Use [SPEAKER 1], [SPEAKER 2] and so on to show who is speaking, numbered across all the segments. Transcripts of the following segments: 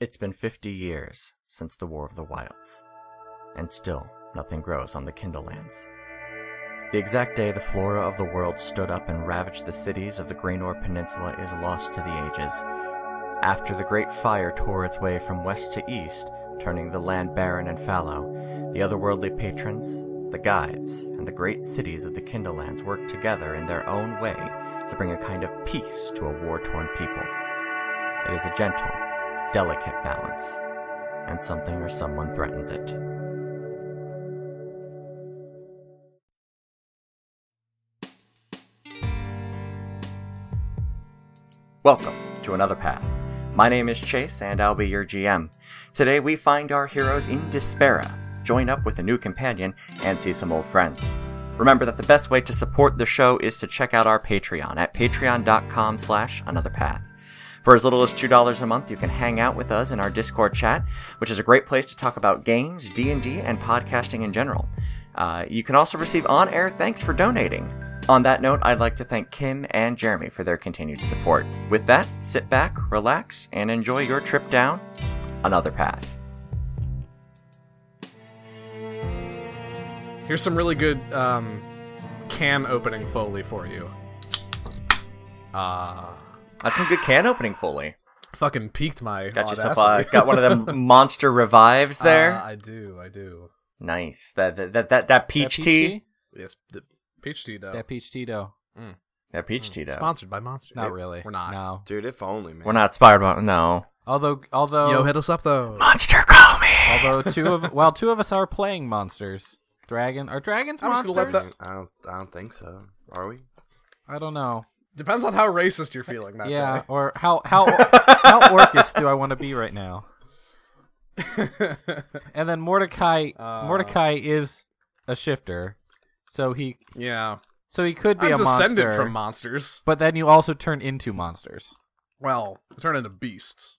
[SPEAKER 1] It's been 50 years since the War of the Wilds, and still nothing grows on the Kindlelands. The exact day the flora of the world stood up and ravaged the cities of the Greenor Peninsula is lost to the ages. After the Great Fire tore its way from west to east, turning the land barren and fallow, the otherworldly patrons, the guides, and the great cities of the Kindlelands worked together in their own way to bring a kind of peace to a war-torn people. It is a gentle, delicate balance, and something or someone threatens it. Welcome to Another Path. My name is Chase, and I'll be your GM. Today we find our heroes in Despera, join up with a new companion, and see some old friends. Remember that the best way to support the show is to check out our Patreon at patreon.com slash another path. For as little as $2 a month, you can hang out with us in our Discord chat, which is a great place to talk about games, D&D, and podcasting in general. Uh, you can also receive on-air thanks for donating. On that note, I'd like to thank Kim and Jeremy for their continued support. With that, sit back, relax, and enjoy your trip down another path.
[SPEAKER 2] Here's some really good um, can opening foley for you. Uh,
[SPEAKER 1] That's some good can opening, Foley.
[SPEAKER 2] fucking piqued my
[SPEAKER 1] Got yourself uh,
[SPEAKER 2] audacity.
[SPEAKER 1] got one of them monster revives there.
[SPEAKER 2] Oh, Uh, I do, I do.
[SPEAKER 1] nice. That that that that, that peach
[SPEAKER 3] That
[SPEAKER 1] tea.
[SPEAKER 2] Yes, the peach tea though.
[SPEAKER 3] That peach Tito.
[SPEAKER 1] That peach tea. Though.
[SPEAKER 2] Sponsored by Monster.
[SPEAKER 3] Not
[SPEAKER 2] Wait,
[SPEAKER 3] really.
[SPEAKER 2] We're not.
[SPEAKER 3] No.
[SPEAKER 4] Dude, if only, man.
[SPEAKER 1] We're not inspired by no
[SPEAKER 3] Although, although,
[SPEAKER 2] Yo, hit us up though.
[SPEAKER 1] monster. Call me.
[SPEAKER 3] although two of well, two of us are playing monsters. Dragon are dragons
[SPEAKER 2] I'm just
[SPEAKER 3] monsters?
[SPEAKER 2] gonna let that-
[SPEAKER 4] I don't, I don't think so. Are we?
[SPEAKER 3] I don't know.
[SPEAKER 2] Depends on how racist you're feeling that
[SPEAKER 3] yeah, or how how how orcus do I want to be right now?
[SPEAKER 2] day.
[SPEAKER 3] And then Mordecai
[SPEAKER 2] Uh.
[SPEAKER 3] Mordecai is a shifter, so he
[SPEAKER 2] yeah.
[SPEAKER 3] so he could be
[SPEAKER 2] I'm
[SPEAKER 3] a
[SPEAKER 2] descended
[SPEAKER 3] monster.
[SPEAKER 2] from monsters.
[SPEAKER 3] but then you also turn into monsters.
[SPEAKER 2] Well, turn into beasts.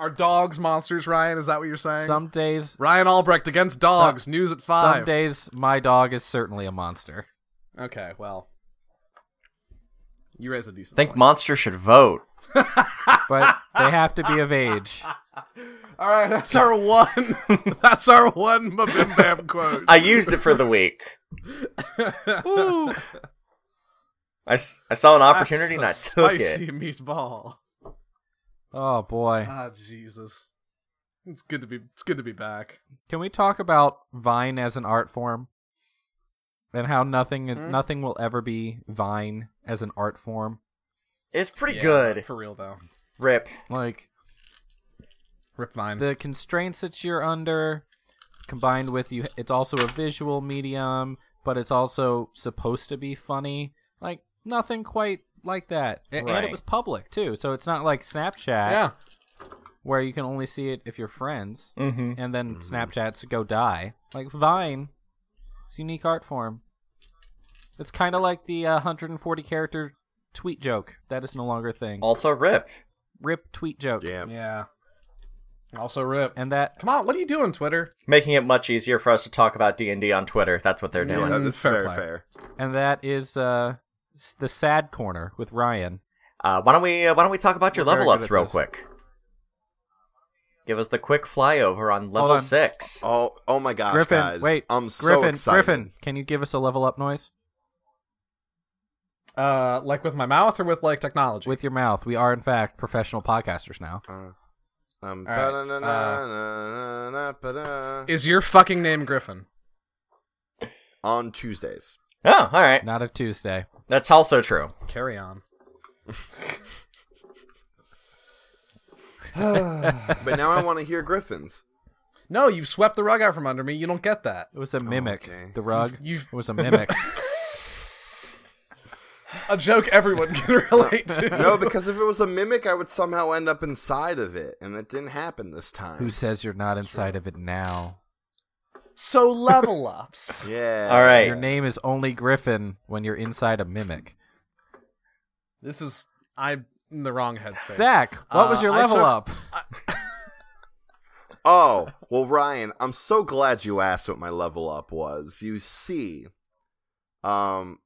[SPEAKER 2] Are dogs monsters, Ryan? Is that what you're saying?
[SPEAKER 3] Some days,
[SPEAKER 2] Ryan Albrecht against dogs. news at five.
[SPEAKER 3] some days, my dog is certainly a monster.
[SPEAKER 2] Okay, well, you raise a decent.
[SPEAKER 1] Think
[SPEAKER 2] point.
[SPEAKER 1] monster should vote.
[SPEAKER 3] But they have to be of age.
[SPEAKER 2] All right, that's our one. that's our one. Ma Bim Bam quote.
[SPEAKER 1] I used it for the week.
[SPEAKER 3] Woo!
[SPEAKER 1] I, s- I saw an opportunity and I
[SPEAKER 2] That's a
[SPEAKER 1] took
[SPEAKER 2] spicy
[SPEAKER 1] it.
[SPEAKER 2] meatball.
[SPEAKER 3] Oh boy.
[SPEAKER 2] Ah, Jesus. It's good to be. It's good to be back.
[SPEAKER 3] Can we talk about Vine as an art form? And how nothing is
[SPEAKER 2] Hmm?
[SPEAKER 3] nothing will ever be Vine as an art form.
[SPEAKER 1] It's pretty
[SPEAKER 2] Yeah,
[SPEAKER 1] good.
[SPEAKER 2] for real though.
[SPEAKER 1] Rip.
[SPEAKER 3] Like
[SPEAKER 2] Rip Vine.
[SPEAKER 3] the constraints that you're under combined with you it's also a visual medium, but it's also supposed to be funny. Like nothing quite like that. A- And
[SPEAKER 1] Right.
[SPEAKER 3] it was public too. So it's not like Snapchat
[SPEAKER 2] yeah.
[SPEAKER 3] where you can only see it if you're friends
[SPEAKER 1] Mm-hmm.
[SPEAKER 3] and then Snapchats go die. Like Vine, it's a unique art form. It's kind of like the uh, 140 character tweet joke. That is no longer a thing.
[SPEAKER 1] Also, rip.
[SPEAKER 3] Rip tweet joke.
[SPEAKER 4] Yeah.
[SPEAKER 2] Yeah. Also, Rip.
[SPEAKER 3] And that
[SPEAKER 2] Come on, what are you doing, Twitter?
[SPEAKER 1] Making it much easier for us to talk about D and D on Twitter. That's what they're
[SPEAKER 2] Yeah.
[SPEAKER 1] doing.
[SPEAKER 4] No, this is
[SPEAKER 2] Fair
[SPEAKER 4] very
[SPEAKER 2] play.
[SPEAKER 4] fair.
[SPEAKER 3] and that is uh s- the sad corner with Ryan.
[SPEAKER 1] Uh, why don't we uh, Why don't we talk about your
[SPEAKER 3] We're very
[SPEAKER 1] level ups
[SPEAKER 3] good at
[SPEAKER 1] real
[SPEAKER 3] this.
[SPEAKER 1] quick? Give us the quick flyover on level
[SPEAKER 3] on.
[SPEAKER 1] six.
[SPEAKER 4] Oh, oh my gosh,
[SPEAKER 3] Griffin,
[SPEAKER 4] guys.
[SPEAKER 3] wait.
[SPEAKER 4] I'm so
[SPEAKER 3] Griffin,
[SPEAKER 4] excited.
[SPEAKER 3] Griffin, can you give us a level up noise
[SPEAKER 2] Uh, like with my mouth or with like technology?
[SPEAKER 3] with your mouth? We are in fact professional podcasters now.
[SPEAKER 4] Uh, um,
[SPEAKER 2] All right, Uh,
[SPEAKER 4] ba-da-na-na-na-na-na, ba-da.
[SPEAKER 2] Is your fucking name Griffin?
[SPEAKER 4] on Tuesdays.
[SPEAKER 1] Oh, all right.
[SPEAKER 3] Not a Tuesday.
[SPEAKER 1] That's also true.
[SPEAKER 2] Carry on.
[SPEAKER 4] But now I want to hear Griffins.
[SPEAKER 2] No, you've swept the rug out from under me. You don't get that.
[SPEAKER 3] It was a mimic.
[SPEAKER 4] okay.
[SPEAKER 3] The rug
[SPEAKER 2] You've-
[SPEAKER 3] was a mimic.
[SPEAKER 2] A joke everyone can relate to.
[SPEAKER 4] No, because if it was a mimic, I would somehow end up inside of it, and that didn't happen this time.
[SPEAKER 3] Who says you're not inside of it now?
[SPEAKER 2] So level ups.
[SPEAKER 4] Yeah.
[SPEAKER 1] All right.
[SPEAKER 3] Your name is only Griffin when you're inside a mimic.
[SPEAKER 2] this is I'm in the wrong headspace.
[SPEAKER 3] Zach, what
[SPEAKER 2] Uh,
[SPEAKER 3] was your
[SPEAKER 2] I
[SPEAKER 3] level
[SPEAKER 2] took-
[SPEAKER 3] up?
[SPEAKER 4] Oh, well, Ryan, I'm so glad you asked what my level up was. You see, um,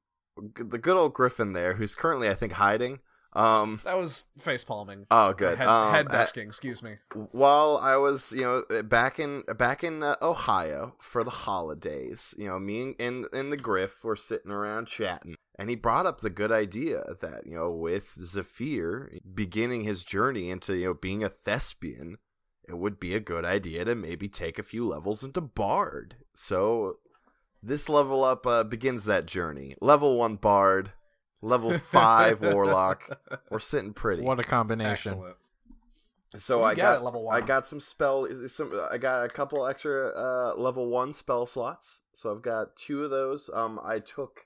[SPEAKER 4] g- the good old Griffin there, who's currently, I think, hiding, Um,
[SPEAKER 2] That was face palming.
[SPEAKER 4] oh, good.
[SPEAKER 2] Head,
[SPEAKER 4] um,
[SPEAKER 2] head
[SPEAKER 4] uh,
[SPEAKER 2] desking, excuse me.
[SPEAKER 4] while I was, you know, eh, back in back in uh, Ohio for the holidays, you know, me and, and and the Griff were sitting around chatting, and he brought up the good idea that you know, with Zephyr beginning his journey into you know being a thespian, it would be a good idea to maybe take a few levels into Bard. So this level up uh, begins that journey. Level one Bard, level five Warlock. We're sitting pretty.
[SPEAKER 3] What a combination.
[SPEAKER 2] Excellent.
[SPEAKER 4] So
[SPEAKER 2] You
[SPEAKER 4] I
[SPEAKER 2] got
[SPEAKER 4] got,
[SPEAKER 2] it, level
[SPEAKER 4] I
[SPEAKER 2] one.
[SPEAKER 4] got some spell. Some I got a couple extra uh, level one spell slots. So I've got two of those. Um, I took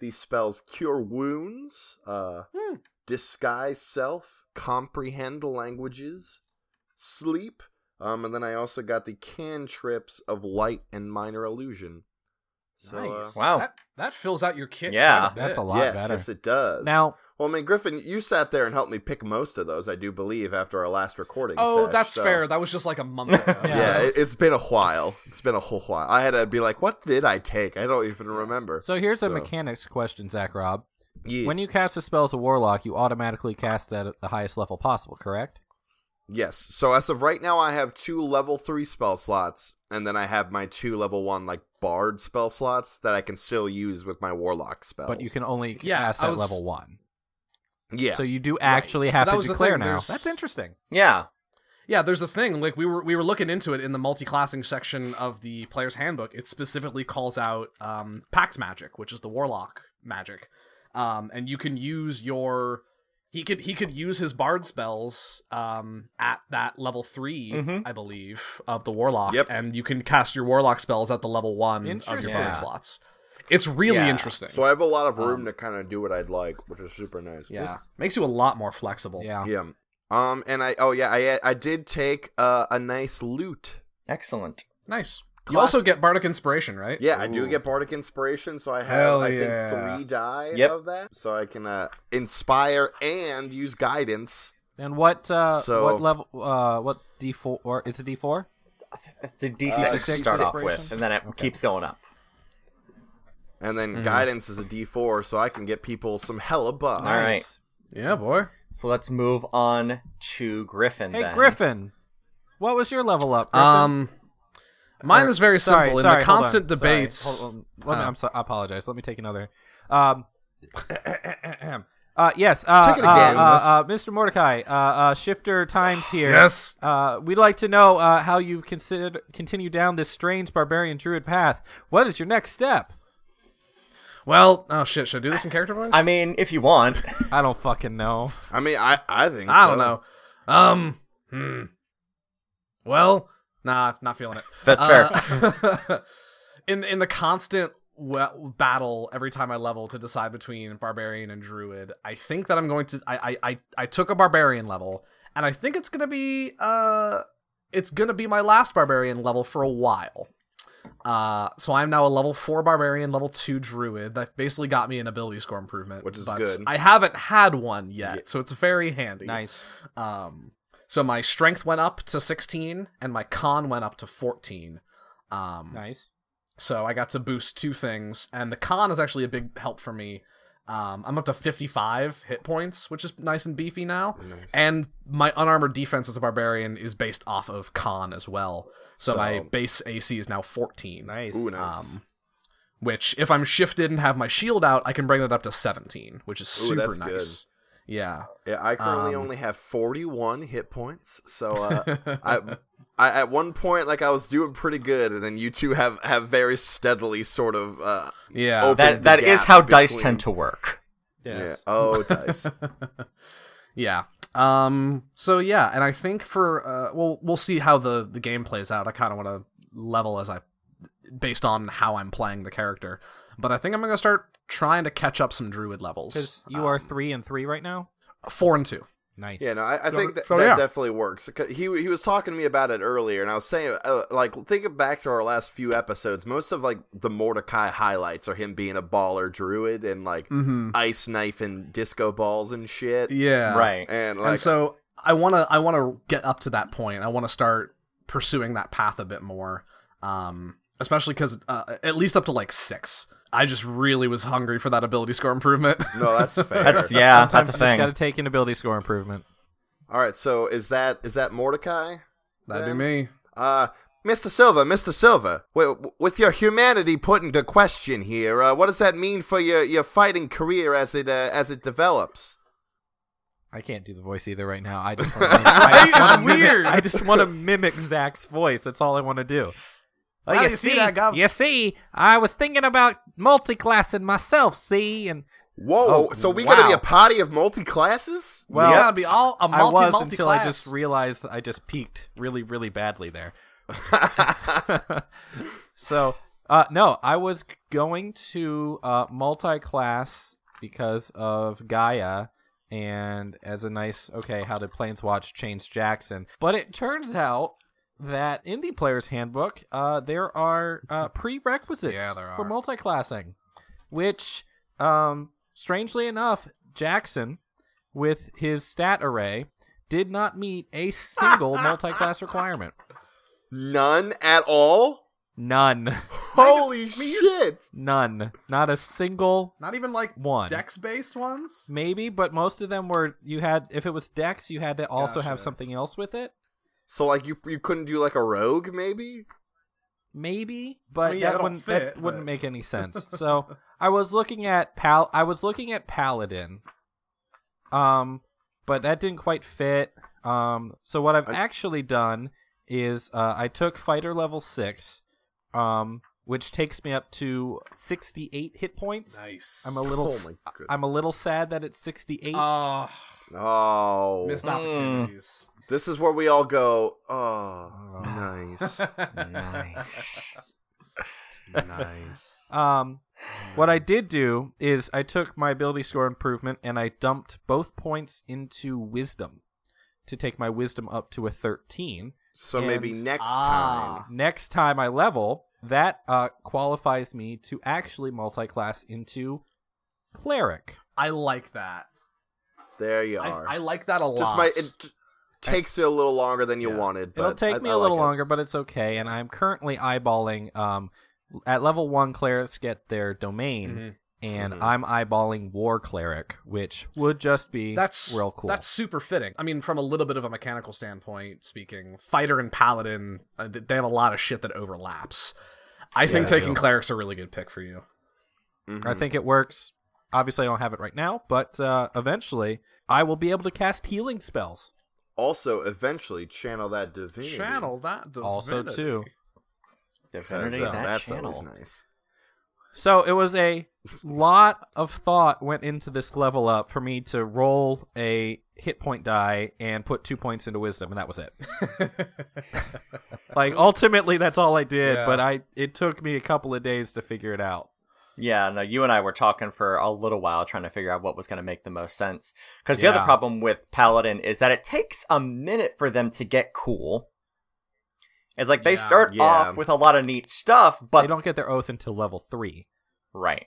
[SPEAKER 4] these spells: Cure Wounds, uh,
[SPEAKER 2] Hmm.
[SPEAKER 4] Disguise Self, Comprehend Languages, Sleep. Um, and then I also got the cantrips of Light and Minor Illusion. So, uh,
[SPEAKER 2] nice.
[SPEAKER 1] Wow.
[SPEAKER 2] That, that fills out your kit.
[SPEAKER 1] Yeah.
[SPEAKER 2] quite
[SPEAKER 3] That's
[SPEAKER 2] bit.
[SPEAKER 3] a lot
[SPEAKER 4] yes,
[SPEAKER 3] better.
[SPEAKER 4] yes, it does.
[SPEAKER 3] Now,
[SPEAKER 4] well, I mean, Griffin, you sat there and helped me pick most of those. I do believe after our last recording.
[SPEAKER 2] Oh,
[SPEAKER 4] sesh,
[SPEAKER 2] that's
[SPEAKER 4] so-
[SPEAKER 2] fair. That was just like a month ago.
[SPEAKER 3] Yeah.
[SPEAKER 4] Yeah, it, it's been a while. It's been a whole while. I had to be like, what did I take? I don't even remember.
[SPEAKER 3] so here's a
[SPEAKER 4] So-
[SPEAKER 3] mechanics question, Zach Rob.
[SPEAKER 4] Yes.
[SPEAKER 3] When you cast a spell as a warlock, you automatically cast that at the highest level possible, correct?
[SPEAKER 4] yes. So as of right now, I have two level three spell slots, and then I have my two level one like bard spell slots that I can still use with my warlock spells.
[SPEAKER 3] But you can only
[SPEAKER 2] Yeah,
[SPEAKER 3] cast
[SPEAKER 2] I
[SPEAKER 3] at
[SPEAKER 2] was-
[SPEAKER 3] level one.
[SPEAKER 4] yeah.
[SPEAKER 3] So you do actually have
[SPEAKER 2] That
[SPEAKER 3] to
[SPEAKER 2] was the
[SPEAKER 3] declare
[SPEAKER 2] thing,
[SPEAKER 3] now.
[SPEAKER 2] there's-
[SPEAKER 3] That's interesting.
[SPEAKER 1] Yeah.
[SPEAKER 2] Yeah, there's a thing. Like we were we were looking into it in the multi-classing section of the player's handbook. It specifically calls out um, pact magic, which is the warlock magic, um, and you can use your he could he could use his bard spells um, at that level 3
[SPEAKER 1] Mhm.
[SPEAKER 2] I believe, of the warlock,
[SPEAKER 4] Mm-hmm. Yep.
[SPEAKER 2] and you can cast your warlock spells at the level one of your
[SPEAKER 3] Interesting.
[SPEAKER 2] bard slots. It's really
[SPEAKER 1] Yeah.
[SPEAKER 2] interesting.
[SPEAKER 4] so I have a lot of room
[SPEAKER 2] Um,
[SPEAKER 4] to kind of do what I'd like, which is super nice.
[SPEAKER 2] yeah, makes you a lot more flexible.
[SPEAKER 3] Yeah.
[SPEAKER 4] Yeah. Um, and I oh yeah, I I did take uh, a nice loot.
[SPEAKER 1] Excellent.
[SPEAKER 2] nice. You
[SPEAKER 4] Class-
[SPEAKER 2] also get bardic inspiration, right?
[SPEAKER 4] Yeah, I do
[SPEAKER 2] Ooh.
[SPEAKER 4] get bardic inspiration, so I have
[SPEAKER 2] Hell
[SPEAKER 4] I
[SPEAKER 2] yeah.
[SPEAKER 4] think three die
[SPEAKER 1] Yep.
[SPEAKER 4] of that, so I can uh, inspire and use guidance.
[SPEAKER 3] And what uh
[SPEAKER 4] So-
[SPEAKER 3] what level uh what D four or is it D four?
[SPEAKER 1] It's a
[SPEAKER 3] Uh,
[SPEAKER 1] D6 to
[SPEAKER 4] six
[SPEAKER 1] start off
[SPEAKER 4] inspiration?
[SPEAKER 1] with, and then it keeps going up.
[SPEAKER 4] And then
[SPEAKER 2] Mm-hmm.
[SPEAKER 4] guidance is a D4, so I can get people some hella buffs.
[SPEAKER 1] All right.
[SPEAKER 2] yeah, boy.
[SPEAKER 1] So let's move on to Griffin.
[SPEAKER 3] Hey
[SPEAKER 1] then.
[SPEAKER 3] Griffin. What was your level up? Griffin?
[SPEAKER 2] Um, mine is very
[SPEAKER 3] Sorry,
[SPEAKER 2] simple. In
[SPEAKER 3] sorry,
[SPEAKER 2] the
[SPEAKER 3] hold on.
[SPEAKER 2] constant
[SPEAKER 3] Sorry,
[SPEAKER 2] debates, uh,
[SPEAKER 3] hold on. Let me-
[SPEAKER 2] Huh.
[SPEAKER 3] I'm so, I apologize. Let me take another. Um, uh, yes. Uh,
[SPEAKER 4] Take it
[SPEAKER 3] uh,
[SPEAKER 4] again.
[SPEAKER 3] uh, uh, Mr. Mordecai, uh, uh, Shifter Times here.
[SPEAKER 2] Yes.
[SPEAKER 3] Uh, we'd like to know uh, how you consider continue down this strange barbarian druid path. What is your next step?
[SPEAKER 2] well, oh shit, should I do this in character voice?
[SPEAKER 1] I mean, if you want.
[SPEAKER 3] I don't fucking know.
[SPEAKER 4] I mean, I I think
[SPEAKER 2] I
[SPEAKER 4] so.
[SPEAKER 2] don't know. Um, hmm. Well, nah, not feeling it.
[SPEAKER 1] That's
[SPEAKER 2] fair. in in the constant we- battle every time I level to decide between barbarian and druid, I think that I'm going to. I I I, I took a barbarian level, and I think it's gonna be uh, it's gonna be my last barbarian level for a while. Uh, so I'm now a level four barbarian, level two druid. That basically got me an ability score improvement,
[SPEAKER 4] Which is
[SPEAKER 2] but
[SPEAKER 4] good.
[SPEAKER 2] I haven't had one yet,
[SPEAKER 4] Yeah.
[SPEAKER 2] so it's very handy.
[SPEAKER 3] Nice.
[SPEAKER 2] Um, so my strength went up to 16 and my con went up to 14. Um,
[SPEAKER 3] Nice.
[SPEAKER 2] so I got to boost two things, and the con is actually a big help for me. Um, I'm up to 55 hit points, which is nice and beefy now.
[SPEAKER 4] Nice.
[SPEAKER 2] And my unarmored defense as a barbarian is based off of con as well. So,
[SPEAKER 4] So-
[SPEAKER 2] my base AC is now 14.
[SPEAKER 3] Nice.
[SPEAKER 4] Ooh, nice.
[SPEAKER 2] Um, which, if I'm shifted and have my shield out, I can bring that up to 17, which is
[SPEAKER 4] Ooh,
[SPEAKER 2] super
[SPEAKER 4] that's good.
[SPEAKER 2] nice. Yeah.
[SPEAKER 4] Yeah, I currently
[SPEAKER 2] Um,
[SPEAKER 4] only have 41 hit points, so uh, I. I, at one point, like I was doing pretty good, and then you two have, have very steadily sort of uh,
[SPEAKER 2] yeah.
[SPEAKER 4] opened
[SPEAKER 1] That
[SPEAKER 4] the
[SPEAKER 1] that is
[SPEAKER 4] gap
[SPEAKER 1] how dice
[SPEAKER 4] between-
[SPEAKER 1] tend to work.
[SPEAKER 4] Yeah. Oh, dice.
[SPEAKER 2] Yeah. Um. So yeah, and I think for uh, well, we'll see how the the game plays out. I kind of want to level as I, based on how I'm playing the character. But I think I'm gonna start trying to catch up some druid
[SPEAKER 3] Because
[SPEAKER 2] levels. Um,
[SPEAKER 3] you are three and three right now.
[SPEAKER 2] Four and two.
[SPEAKER 3] Nice.
[SPEAKER 4] uh, Yeah, no, I, I
[SPEAKER 2] So-
[SPEAKER 4] think that,
[SPEAKER 2] so,
[SPEAKER 4] that
[SPEAKER 2] yeah.
[SPEAKER 4] definitely works. 'Cause He he was talking to me about it earlier, and I was saying, uh, like, thinking back to our last few episodes, most of like the Mordecai highlights are him being a baller druid and like
[SPEAKER 2] Mm-hmm.
[SPEAKER 4] ice knife and disco balls and shit.
[SPEAKER 2] Yeah.
[SPEAKER 1] Right.
[SPEAKER 4] And like,
[SPEAKER 2] and so I wanna I wanna get up to that point. I wanna start pursuing that path a bit more. Um. Especially because uh, at least up to like six. I just really was hungry for that ability score improvement.
[SPEAKER 4] No, that's fair.
[SPEAKER 1] That's yeah, that's
[SPEAKER 3] Sometimes
[SPEAKER 1] a
[SPEAKER 3] you just
[SPEAKER 1] thing.
[SPEAKER 3] got to take an ability score improvement.
[SPEAKER 4] All right, so is that is that Mordecai?
[SPEAKER 2] That'd
[SPEAKER 4] then?
[SPEAKER 2] be me.
[SPEAKER 4] Uh, Mr. Silva, Mr. Silva, w- w- with your humanity put into question here, uh, what does that mean for your, your fighting career as it uh, as it develops?
[SPEAKER 3] I can't do the voice either right now. I just want to I,
[SPEAKER 2] It's weird.
[SPEAKER 3] I just want to mimic Zach's voice. That's all I want to do. Well,
[SPEAKER 2] How
[SPEAKER 3] you
[SPEAKER 2] do you see
[SPEAKER 3] see,
[SPEAKER 2] that, Gov?
[SPEAKER 3] you see, I was thinking about multiclassing myself. See, and
[SPEAKER 4] Whoa!
[SPEAKER 3] Oh,
[SPEAKER 4] so we got to be
[SPEAKER 3] wow.
[SPEAKER 4] a party of multi classes?
[SPEAKER 3] well,
[SPEAKER 2] yeah, it'd be all a
[SPEAKER 3] I
[SPEAKER 2] multi
[SPEAKER 3] was
[SPEAKER 2] multi
[SPEAKER 3] until
[SPEAKER 2] class.
[SPEAKER 3] I just realized that I just peaked really, really badly there. so, uh, no, I was going to uh, multi-class because of Gaia, and as a nice okay, how did Planes Watch change Jackson? But it turns out that in the Player's Handbook, uh, there are uh, prerequisites
[SPEAKER 2] Yeah, there
[SPEAKER 3] for
[SPEAKER 2] are.
[SPEAKER 3] multi-classing, which, um, strangely enough, Jackson with his stat array did not meet a single multi-class requirement.
[SPEAKER 4] None at all.
[SPEAKER 3] None.
[SPEAKER 4] Holy shit!
[SPEAKER 3] None. Not a single
[SPEAKER 2] not even like
[SPEAKER 3] one.
[SPEAKER 2] dex based ones.
[SPEAKER 3] Maybe, but most of them were you had if it was Dex, you had to also have
[SPEAKER 2] Gotcha.
[SPEAKER 3] something else with it.
[SPEAKER 4] So like you you couldn't do like a rogue maybe?
[SPEAKER 3] Maybe, but
[SPEAKER 2] I mean, yeah,
[SPEAKER 3] that
[SPEAKER 2] it'll
[SPEAKER 3] wouldn't that
[SPEAKER 2] fit,
[SPEAKER 3] wouldn't
[SPEAKER 2] but-
[SPEAKER 3] make any sense. So I was looking at pal I was looking at Paladin. Um but that didn't quite fit. Um so what I've
[SPEAKER 4] I-
[SPEAKER 3] actually done is uh, I took fighter level six, um, which takes me up to sixty eight hit points.
[SPEAKER 2] Nice.
[SPEAKER 3] I'm a little
[SPEAKER 4] Oh
[SPEAKER 3] s-
[SPEAKER 4] my goodness.
[SPEAKER 3] I'm a little sad that it's sixty eight.
[SPEAKER 2] Oh,
[SPEAKER 4] Oh,
[SPEAKER 2] missed
[SPEAKER 3] Mm.
[SPEAKER 2] opportunities.
[SPEAKER 4] this is where we all go. Oh,
[SPEAKER 3] Ah.
[SPEAKER 4] nice.
[SPEAKER 1] Nice.
[SPEAKER 2] nice.
[SPEAKER 3] Um, what I did do is I took my ability score improvement and I dumped both points into wisdom to take my wisdom up to a 13.
[SPEAKER 4] So maybe
[SPEAKER 3] And-
[SPEAKER 4] next
[SPEAKER 2] Ah.
[SPEAKER 4] time.
[SPEAKER 3] Next time I level, that uh, qualifies me to actually multi-class into cleric.
[SPEAKER 2] I like that.
[SPEAKER 4] There you
[SPEAKER 2] I,
[SPEAKER 4] are.
[SPEAKER 2] I like that a lot.
[SPEAKER 4] Just my it t- takes you a little longer than you
[SPEAKER 2] Yeah.
[SPEAKER 4] wanted. But
[SPEAKER 3] It'll take
[SPEAKER 4] I-
[SPEAKER 3] me
[SPEAKER 4] I
[SPEAKER 3] a
[SPEAKER 4] like
[SPEAKER 3] little
[SPEAKER 4] it.
[SPEAKER 3] longer, but it's okay. And I'm currently eyeballing. Um, at level one, clerics get their domain,
[SPEAKER 2] Mhm.
[SPEAKER 3] and
[SPEAKER 4] Mhm.
[SPEAKER 3] I'm eyeballing war cleric, which would just be
[SPEAKER 2] that's
[SPEAKER 3] real cool.
[SPEAKER 2] That's super fitting. I mean, from a little bit of a mechanical standpoint, speaking, fighter and paladin, uh, th- they have a lot of shit that overlaps. I think
[SPEAKER 4] they
[SPEAKER 2] taking cleric's a really good pick for you.
[SPEAKER 4] Mhm.
[SPEAKER 3] I think it works. Obviously, I don't have it right now, but uh, eventually I will be able to cast healing spells.
[SPEAKER 4] also eventually channel that divinity.
[SPEAKER 2] Channel that divinity.
[SPEAKER 3] Also, too.
[SPEAKER 4] That's,
[SPEAKER 1] Divinity,
[SPEAKER 4] uh,
[SPEAKER 1] that
[SPEAKER 4] that's
[SPEAKER 1] channel.
[SPEAKER 4] always nice.
[SPEAKER 3] So it was a lot of thought went into this level up for me to roll a hit point die and put two points into wisdom, and that was it. like ultimately, that's all I did.
[SPEAKER 2] Yeah.
[SPEAKER 3] But I it took me a couple of days to figure it out.
[SPEAKER 1] Yeah, no, you and I were talking for a little while trying to figure out what was going to make the most sense. Because the other
[SPEAKER 3] Yeah.
[SPEAKER 1] problem with Paladin is that it takes a minute for them to get cool. It's like they
[SPEAKER 2] Yeah,
[SPEAKER 1] start
[SPEAKER 4] yeah.
[SPEAKER 1] off with a lot of neat stuff,
[SPEAKER 3] they
[SPEAKER 1] but.
[SPEAKER 3] don't get their oath until level three,
[SPEAKER 1] Right.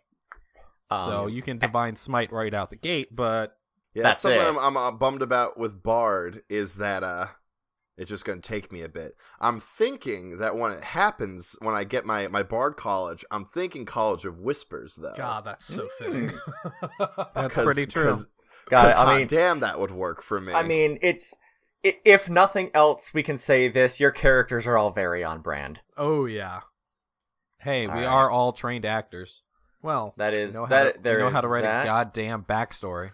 [SPEAKER 1] Ah, Um,
[SPEAKER 3] so you can divine smite right out the gate. But
[SPEAKER 4] Yeah,
[SPEAKER 1] That's
[SPEAKER 4] that's, something
[SPEAKER 1] it.
[SPEAKER 4] I'm, I'm uh, bummed about with Bard is that uh, it's just going to take me a bit. I'm thinking that when it happens, when I get my my Bard College, I'm thinking College of Whispers though.
[SPEAKER 2] God, that's so fitting.
[SPEAKER 3] that's
[SPEAKER 4] 'Cause-
[SPEAKER 3] pretty true.
[SPEAKER 4] 'cause-
[SPEAKER 1] God,
[SPEAKER 4] 'cause
[SPEAKER 1] I
[SPEAKER 4] hot
[SPEAKER 1] mean-
[SPEAKER 4] damn, that would work for me.
[SPEAKER 1] I mean, it's i- if nothing else, we can say this: your characters are all very on brand.
[SPEAKER 2] oh yeah.
[SPEAKER 3] Hey,
[SPEAKER 1] All
[SPEAKER 3] we
[SPEAKER 1] right.
[SPEAKER 3] are all trained actors.
[SPEAKER 2] Well,
[SPEAKER 1] That is
[SPEAKER 3] know how
[SPEAKER 1] that.
[SPEAKER 3] to,
[SPEAKER 1] there
[SPEAKER 3] we know how
[SPEAKER 1] is
[SPEAKER 3] to write
[SPEAKER 1] that.
[SPEAKER 3] a goddamn backstory.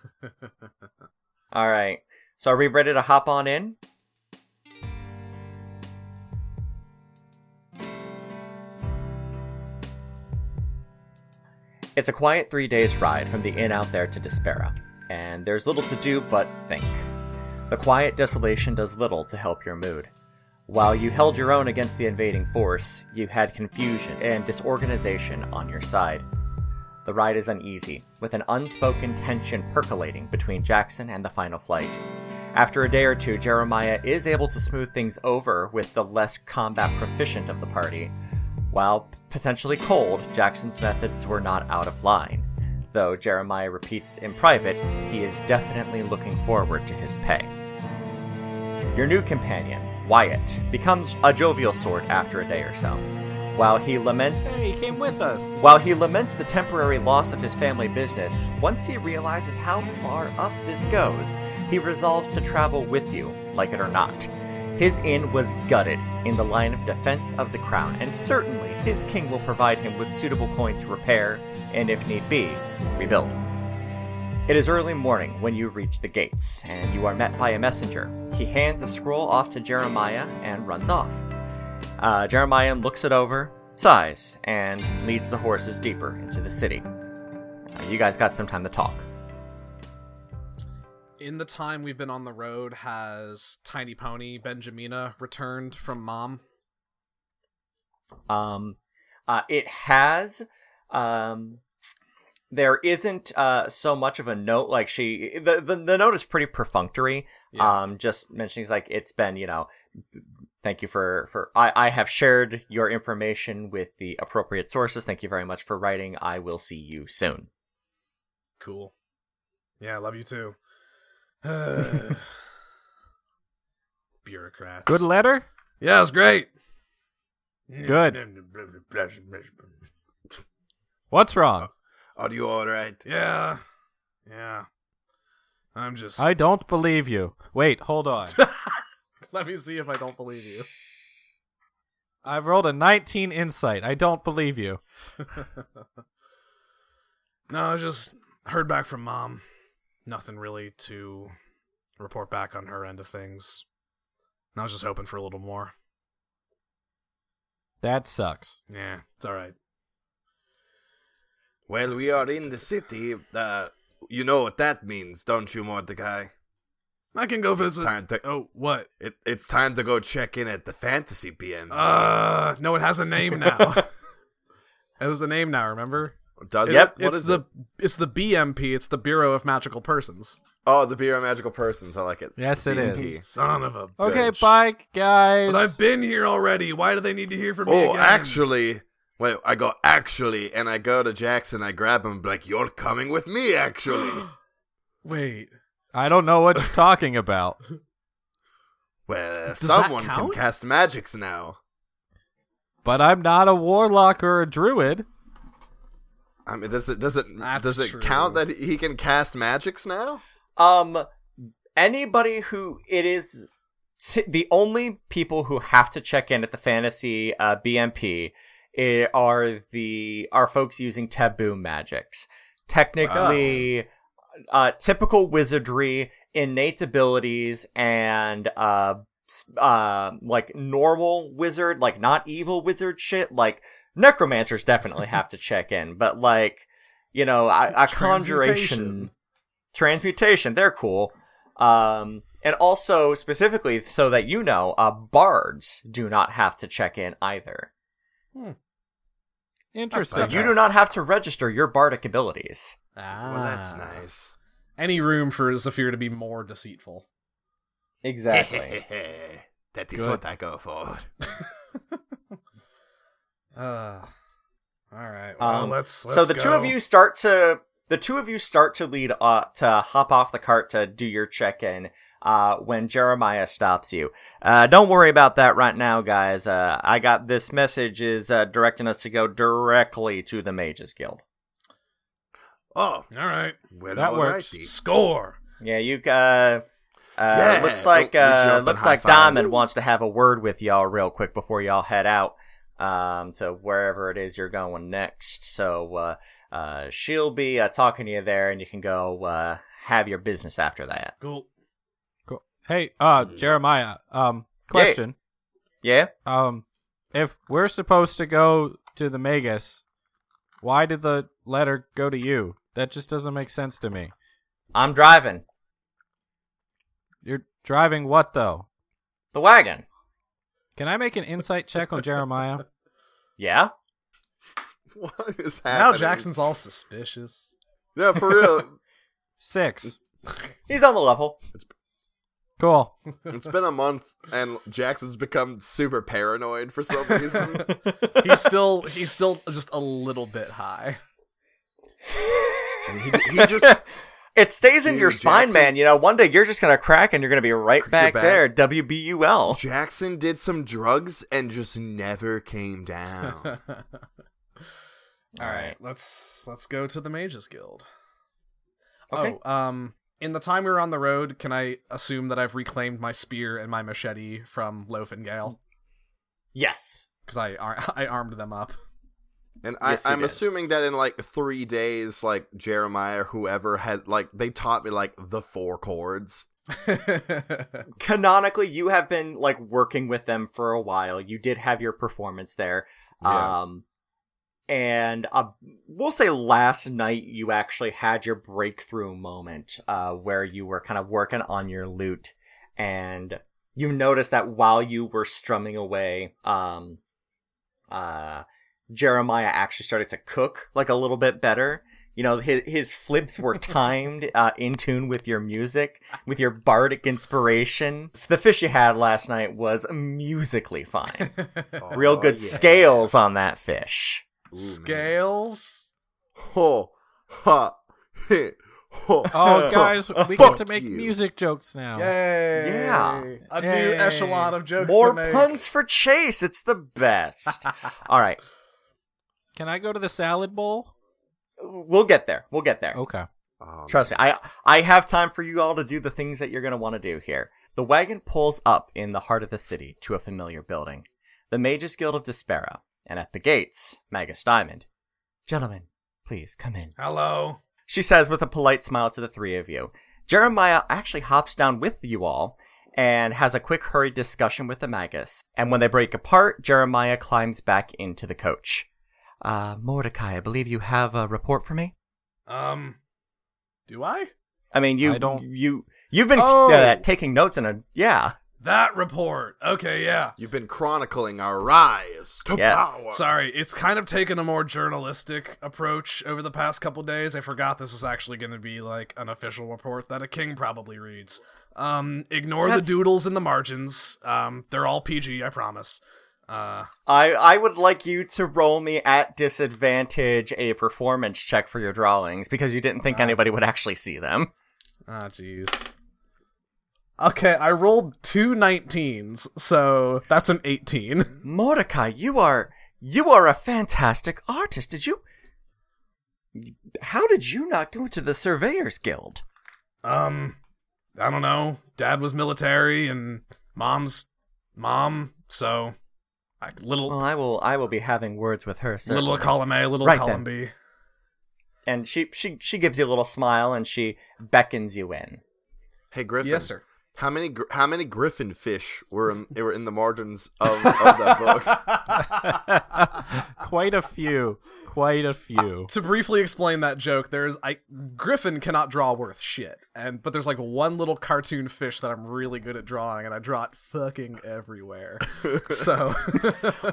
[SPEAKER 1] All right. So are we ready to hop on in? It's a quiet three days ride from the inn out there to Despera, and there's little to do but think. The quiet desolation does little to help your mood. While you held your own against the invading force, you had confusion and disorganization on your side. The ride is uneasy, with an unspoken tension percolating between Jackson and the final flight. After a day or two, Jeremiah is able to smooth things over with the less combat proficient of the party. While potentially cold, Jackson's methods were not out of line. Though Jeremiah repeats in private, he is definitely looking forward to his pay. Your new companion, Wyatt, becomes a jovial sort after a day or so. While he laments
[SPEAKER 3] Hey, he came with us.
[SPEAKER 1] while he laments the temporary loss of his family business, once he realizes how far up this goes, he resolves to travel with you, like it or not. His inn was gutted in the line of defense of the crown, and certainly his king will provide him with suitable coin to repair, and if need be, rebuild. It is early morning when you reach the gates, and you are met by a messenger. He hands a scroll off to Jeremiah and runs off. Uh, Jeremiah looks it over, sighs, and leads the horses deeper into the city. Uh, you guys got some time to talk.
[SPEAKER 2] In the time we've been on the road, has Tiny Pony Benjamina returned from mom?
[SPEAKER 1] Um, uh, it has. Um, there isn't uh, so much of a note like she. The, the, the note is pretty perfunctory.
[SPEAKER 2] Yeah.
[SPEAKER 1] Um, just mentioning like it's been you know, thank you for for I I have shared your information with the appropriate sources. Thank you very much for writing. I will see you soon.
[SPEAKER 2] Cool. Yeah, I love you too. Bureaucrats.
[SPEAKER 3] Good letter.
[SPEAKER 2] yeah, it's great.
[SPEAKER 3] Good. What's wrong?
[SPEAKER 4] Are you all right?
[SPEAKER 2] Yeah. Yeah. I'm just.
[SPEAKER 3] I don't believe you. Wait, hold on.
[SPEAKER 2] Let me see if I don't believe you.
[SPEAKER 3] I rolled a 19 insight. I don't believe you.
[SPEAKER 2] No, I just heard back from mom. Nothing really to report back on her end of things. And I was just hoping for a little more.
[SPEAKER 3] That sucks.
[SPEAKER 2] Yeah, it's all right.
[SPEAKER 4] Well, we are in the city. Uh, you know what that means, don't you, Mordecai?
[SPEAKER 2] I can go
[SPEAKER 4] It's
[SPEAKER 2] visit.
[SPEAKER 4] time to
[SPEAKER 2] Oh, what?
[SPEAKER 4] it, it's time to go check in at the fantasy BN.
[SPEAKER 2] Uh, no, it has a name now. it has a name now. Remember?
[SPEAKER 4] Does
[SPEAKER 2] It's-
[SPEAKER 4] it?
[SPEAKER 1] Yep.
[SPEAKER 2] It's,
[SPEAKER 4] What is
[SPEAKER 2] the
[SPEAKER 4] it?
[SPEAKER 2] it's the BMP. It's the Bureau of Magical Persons.
[SPEAKER 4] Oh, the Bureau of Magical Persons. I like it.
[SPEAKER 3] Yes, it is.
[SPEAKER 4] BMP.
[SPEAKER 2] Son of a.
[SPEAKER 3] Okay,
[SPEAKER 4] Bitch.
[SPEAKER 3] bye, guys.
[SPEAKER 2] But I've been here already. Why do they need to hear from me
[SPEAKER 4] Oh,
[SPEAKER 2] again?
[SPEAKER 4] actually, wait. I go actually, and I go to Jackson. I grab him, like you're coming with me, actually.
[SPEAKER 2] Wait.
[SPEAKER 3] I don't know what you're talking about.
[SPEAKER 4] well,
[SPEAKER 2] Does that
[SPEAKER 4] someone can
[SPEAKER 2] count?
[SPEAKER 4] cast magics now.
[SPEAKER 3] But I'm not a warlock or a druid.
[SPEAKER 4] I mean, does it does it
[SPEAKER 2] That's
[SPEAKER 4] does it
[SPEAKER 2] true.
[SPEAKER 4] count that he can cast magics now?
[SPEAKER 1] Um, anybody who it is t- the only people who have to check in at the fantasy uh, BMP eh, are the are folks using taboo magics. Technically, uh, typical wizardry, innate abilities, and uh, s- uh, like normal wizard, like not evil wizard shit. Like necromancers definitely have to check in, but like you know, a, a conjuration, transmutation, they're cool. Um, and also specifically so that you know, uh, bards do not have to check in either.
[SPEAKER 3] Interesting.
[SPEAKER 1] You do not have to register your bardic abilities.
[SPEAKER 2] Ah.
[SPEAKER 4] Well, that's nice.
[SPEAKER 2] Any room for Zafir to be more deceitful?
[SPEAKER 1] Exactly.
[SPEAKER 4] that is
[SPEAKER 3] Good.
[SPEAKER 4] what I go for.
[SPEAKER 2] Uh, all right. Well,
[SPEAKER 1] Um,
[SPEAKER 2] let's,
[SPEAKER 1] so the
[SPEAKER 2] let's
[SPEAKER 1] two of
[SPEAKER 2] go.
[SPEAKER 1] you start to the two of you start to lead uh, to hop off the cart to do your check-in uh, when Jeremiah stops you. Uh, don't worry about that right now, guys. Uh, I got this message is uh, directing us to go directly to the Mages Guild.
[SPEAKER 4] Oh,
[SPEAKER 2] All right.
[SPEAKER 4] well,
[SPEAKER 3] That
[SPEAKER 4] all
[SPEAKER 3] works.
[SPEAKER 4] righty.
[SPEAKER 2] Score.
[SPEAKER 1] Yeah, you. Uh, uh,
[SPEAKER 4] Yeah,
[SPEAKER 1] looks like
[SPEAKER 4] we- we
[SPEAKER 1] uh,
[SPEAKER 4] jump
[SPEAKER 1] looks
[SPEAKER 4] and
[SPEAKER 1] like
[SPEAKER 4] high five.
[SPEAKER 1] Diamond wants to have a word with y'all real quick before y'all head out um, to wherever it is you're going next. So uh, uh, she'll be uh, talking to you there, and you can go uh, have your business after that.
[SPEAKER 2] Cool.
[SPEAKER 3] Cool. Hey, uh, Jeremiah. Um, question.
[SPEAKER 1] Yeah.
[SPEAKER 3] Um, if we're supposed to go to the Magus, why did the letter go to you? That just doesn't make sense to me.
[SPEAKER 1] I'm driving
[SPEAKER 3] You're driving what though?
[SPEAKER 1] the wagon.
[SPEAKER 3] Can I make an insight check on Jeremiah?
[SPEAKER 1] Yeah.
[SPEAKER 4] What is
[SPEAKER 2] Now
[SPEAKER 4] happening?
[SPEAKER 2] Jackson's all suspicious.
[SPEAKER 4] No, for real.
[SPEAKER 3] Six.
[SPEAKER 1] He's on the level.
[SPEAKER 3] Cool.
[SPEAKER 4] It's been a month, and Jackson's become super paranoid for some reason.
[SPEAKER 2] He's still he's still just a little bit high.
[SPEAKER 4] And he, he just
[SPEAKER 1] It stays in your
[SPEAKER 4] Dude,
[SPEAKER 1] spine,
[SPEAKER 4] Jackson-
[SPEAKER 1] man. You know, one day you're just gonna crack and you're gonna be right
[SPEAKER 4] You're
[SPEAKER 1] back,
[SPEAKER 4] back.
[SPEAKER 1] there. WBUL.
[SPEAKER 4] Jackson did some drugs and just never came down.
[SPEAKER 2] All right,
[SPEAKER 1] Alright.
[SPEAKER 2] let's let's go to the Mages Guild.
[SPEAKER 1] Okay.
[SPEAKER 2] Oh, um, in the time we were on the road, can I assume that I've reclaimed my spear and my machete from Loaf and Gale?
[SPEAKER 1] Yes.
[SPEAKER 2] Because I ar- I armed them up.
[SPEAKER 4] And I,
[SPEAKER 1] Yes, he
[SPEAKER 4] I'm
[SPEAKER 1] did.
[SPEAKER 4] assuming that in like three days, like Jeremiah, whoever had like they taught me like the four chords.
[SPEAKER 1] Canonically, you have been like working with them for a while. You did have your performance there.
[SPEAKER 4] Yeah.
[SPEAKER 1] Um and uh, we'll say last night you actually had your breakthrough moment uh, where you were kind of working on your lute and you noticed that while you were strumming away um, uh, jeremiah actually started to cook like a little bit better you know his, his flips were timed uh, in tune with your music with your bardic inspiration the fish you had last night was musically fine real
[SPEAKER 4] Oh,
[SPEAKER 1] good
[SPEAKER 4] yeah.
[SPEAKER 1] scales on that fish
[SPEAKER 4] Ooh, man.
[SPEAKER 2] Scales.
[SPEAKER 4] Ho, ha, heh, ho.
[SPEAKER 3] Oh, guys, we get
[SPEAKER 4] Fuck
[SPEAKER 3] to make
[SPEAKER 4] you.
[SPEAKER 3] music jokes now.
[SPEAKER 2] Yay!
[SPEAKER 1] Yeah.
[SPEAKER 2] A new
[SPEAKER 3] Yay.
[SPEAKER 2] echelon of jokes.
[SPEAKER 1] More
[SPEAKER 2] to make.
[SPEAKER 1] puns for Chase. It's the best. All right.
[SPEAKER 3] Can I go to the salad bowl?
[SPEAKER 1] We'll get there. We'll get there.
[SPEAKER 3] Okay.
[SPEAKER 4] Oh,
[SPEAKER 1] Trust me. I I have time for you all to do the things that you're going to want to do here. The wagon pulls up in the heart of the city to a familiar building. The Mages Guild of Despera, and at the gates, Magus Diamond. Gentlemen, please come in.
[SPEAKER 2] Hello.
[SPEAKER 1] She says with a polite smile to the three of you. Jeremiah actually hops down with you all and has a quick hurried discussion with the magus. And when they break apart, Jeremiah climbs back into the coach. Uh, Mordecai, I believe you have a report for me.
[SPEAKER 2] Um. Do I?
[SPEAKER 1] I mean, you
[SPEAKER 3] I don't-
[SPEAKER 1] you you've been
[SPEAKER 2] Oh!
[SPEAKER 1] uh, taking notes and a yeah.
[SPEAKER 2] That report. Okay. Yeah.
[SPEAKER 4] You've been chronicling our rise to
[SPEAKER 1] Yes.
[SPEAKER 4] power.
[SPEAKER 2] Sorry, it's kind of taken a more journalistic approach over the past couple days. I forgot this was actually going to be like an official report that a king probably reads. Um, ignore
[SPEAKER 1] That's-
[SPEAKER 2] the doodles in the margins. Um, they're all PG, I promise. Uh,
[SPEAKER 1] I I would like you to roll me at disadvantage a performance check for your drawings because you didn't think
[SPEAKER 3] Uh.
[SPEAKER 1] anybody would actually see them.
[SPEAKER 2] ah, jeez. Okay, I rolled two 19s, so that's an 18.
[SPEAKER 1] Mordecai, you are you are a fantastic artist. Did you How did you not go to the Surveyors Guild?
[SPEAKER 2] Um, I don't know. Dad was military, and mom's mom, so I, little
[SPEAKER 1] Well, I will I will be having words with her, sir.
[SPEAKER 2] little column A, little
[SPEAKER 1] Right
[SPEAKER 2] column B.
[SPEAKER 1] And she she she gives you a little smile and she beckons you in.
[SPEAKER 4] Hey Griffin.
[SPEAKER 2] Yes, sir.
[SPEAKER 4] How many gr- how many griffin fish were in, were in the margins of, of that book?
[SPEAKER 3] Quite a few. Quite a few.
[SPEAKER 2] to briefly explain that joke, there's I Griffin cannot draw worth shit, and but there's like one little cartoon fish that I'm really good at drawing, and I draw it fucking everywhere. so,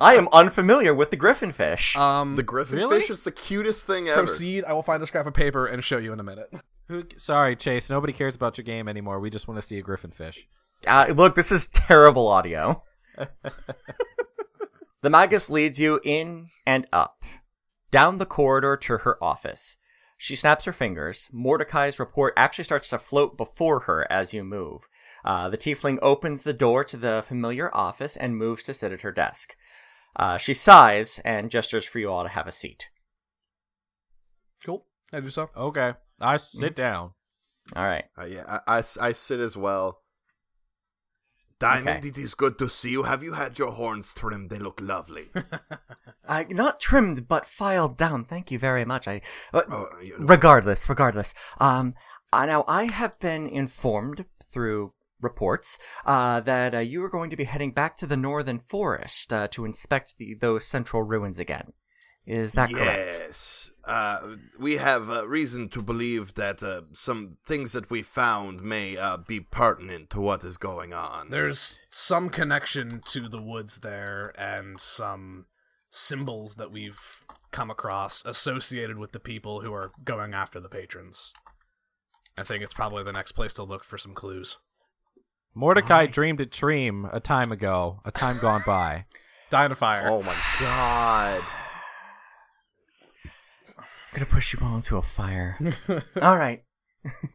[SPEAKER 1] I am unfamiliar with the griffin fish.
[SPEAKER 2] um,
[SPEAKER 4] The griffin
[SPEAKER 3] Really?
[SPEAKER 4] fish is the cutest thing ever.
[SPEAKER 2] proceed. I will find a scrap of paper and show you in a minute.
[SPEAKER 3] Who, sorry, Chase. Nobody cares about your game anymore. We just want to see a griffin fish.
[SPEAKER 1] Uh, look, this is terrible audio. the Magus leads you in and up, down the corridor to her office. She snaps her fingers. Mordecai's report actually starts to float before her as you move. Uh, the tiefling opens the door to the familiar office and moves to sit at her desk. Uh, she sighs and gestures for you all to have a seat.
[SPEAKER 2] Cool. I do so.
[SPEAKER 3] Okay. I sit down.
[SPEAKER 1] All right.
[SPEAKER 4] Uh, yeah, I, I s- I sit as well. Diamond,
[SPEAKER 1] Okay.
[SPEAKER 4] it is good to see you. Have you had your horns trimmed? They look lovely.
[SPEAKER 1] Uh, not trimmed, but filed down. Thank you very much. I, uh,
[SPEAKER 4] Oh, you know.
[SPEAKER 1] regardless, regardless. Um, uh, now I have been informed through reports uh, that uh, you are going to be heading back to the northern forest uh, to inspect the, those central ruins again. Is that correct?
[SPEAKER 4] yes. Uh, we have uh, reason to believe that uh, some things that we found may uh, be pertinent to what is going on.
[SPEAKER 2] There's some connection to the woods there, and some symbols that we've come across associated with the people who are going after the patrons. I think it's probably the next place to look for some clues.
[SPEAKER 3] Mordecai
[SPEAKER 1] Right.
[SPEAKER 3] dreamed a dream a time ago, a time gone by.
[SPEAKER 2] Die in a fire.
[SPEAKER 4] Oh my god.
[SPEAKER 1] I'm gonna push you all into a fire. all right,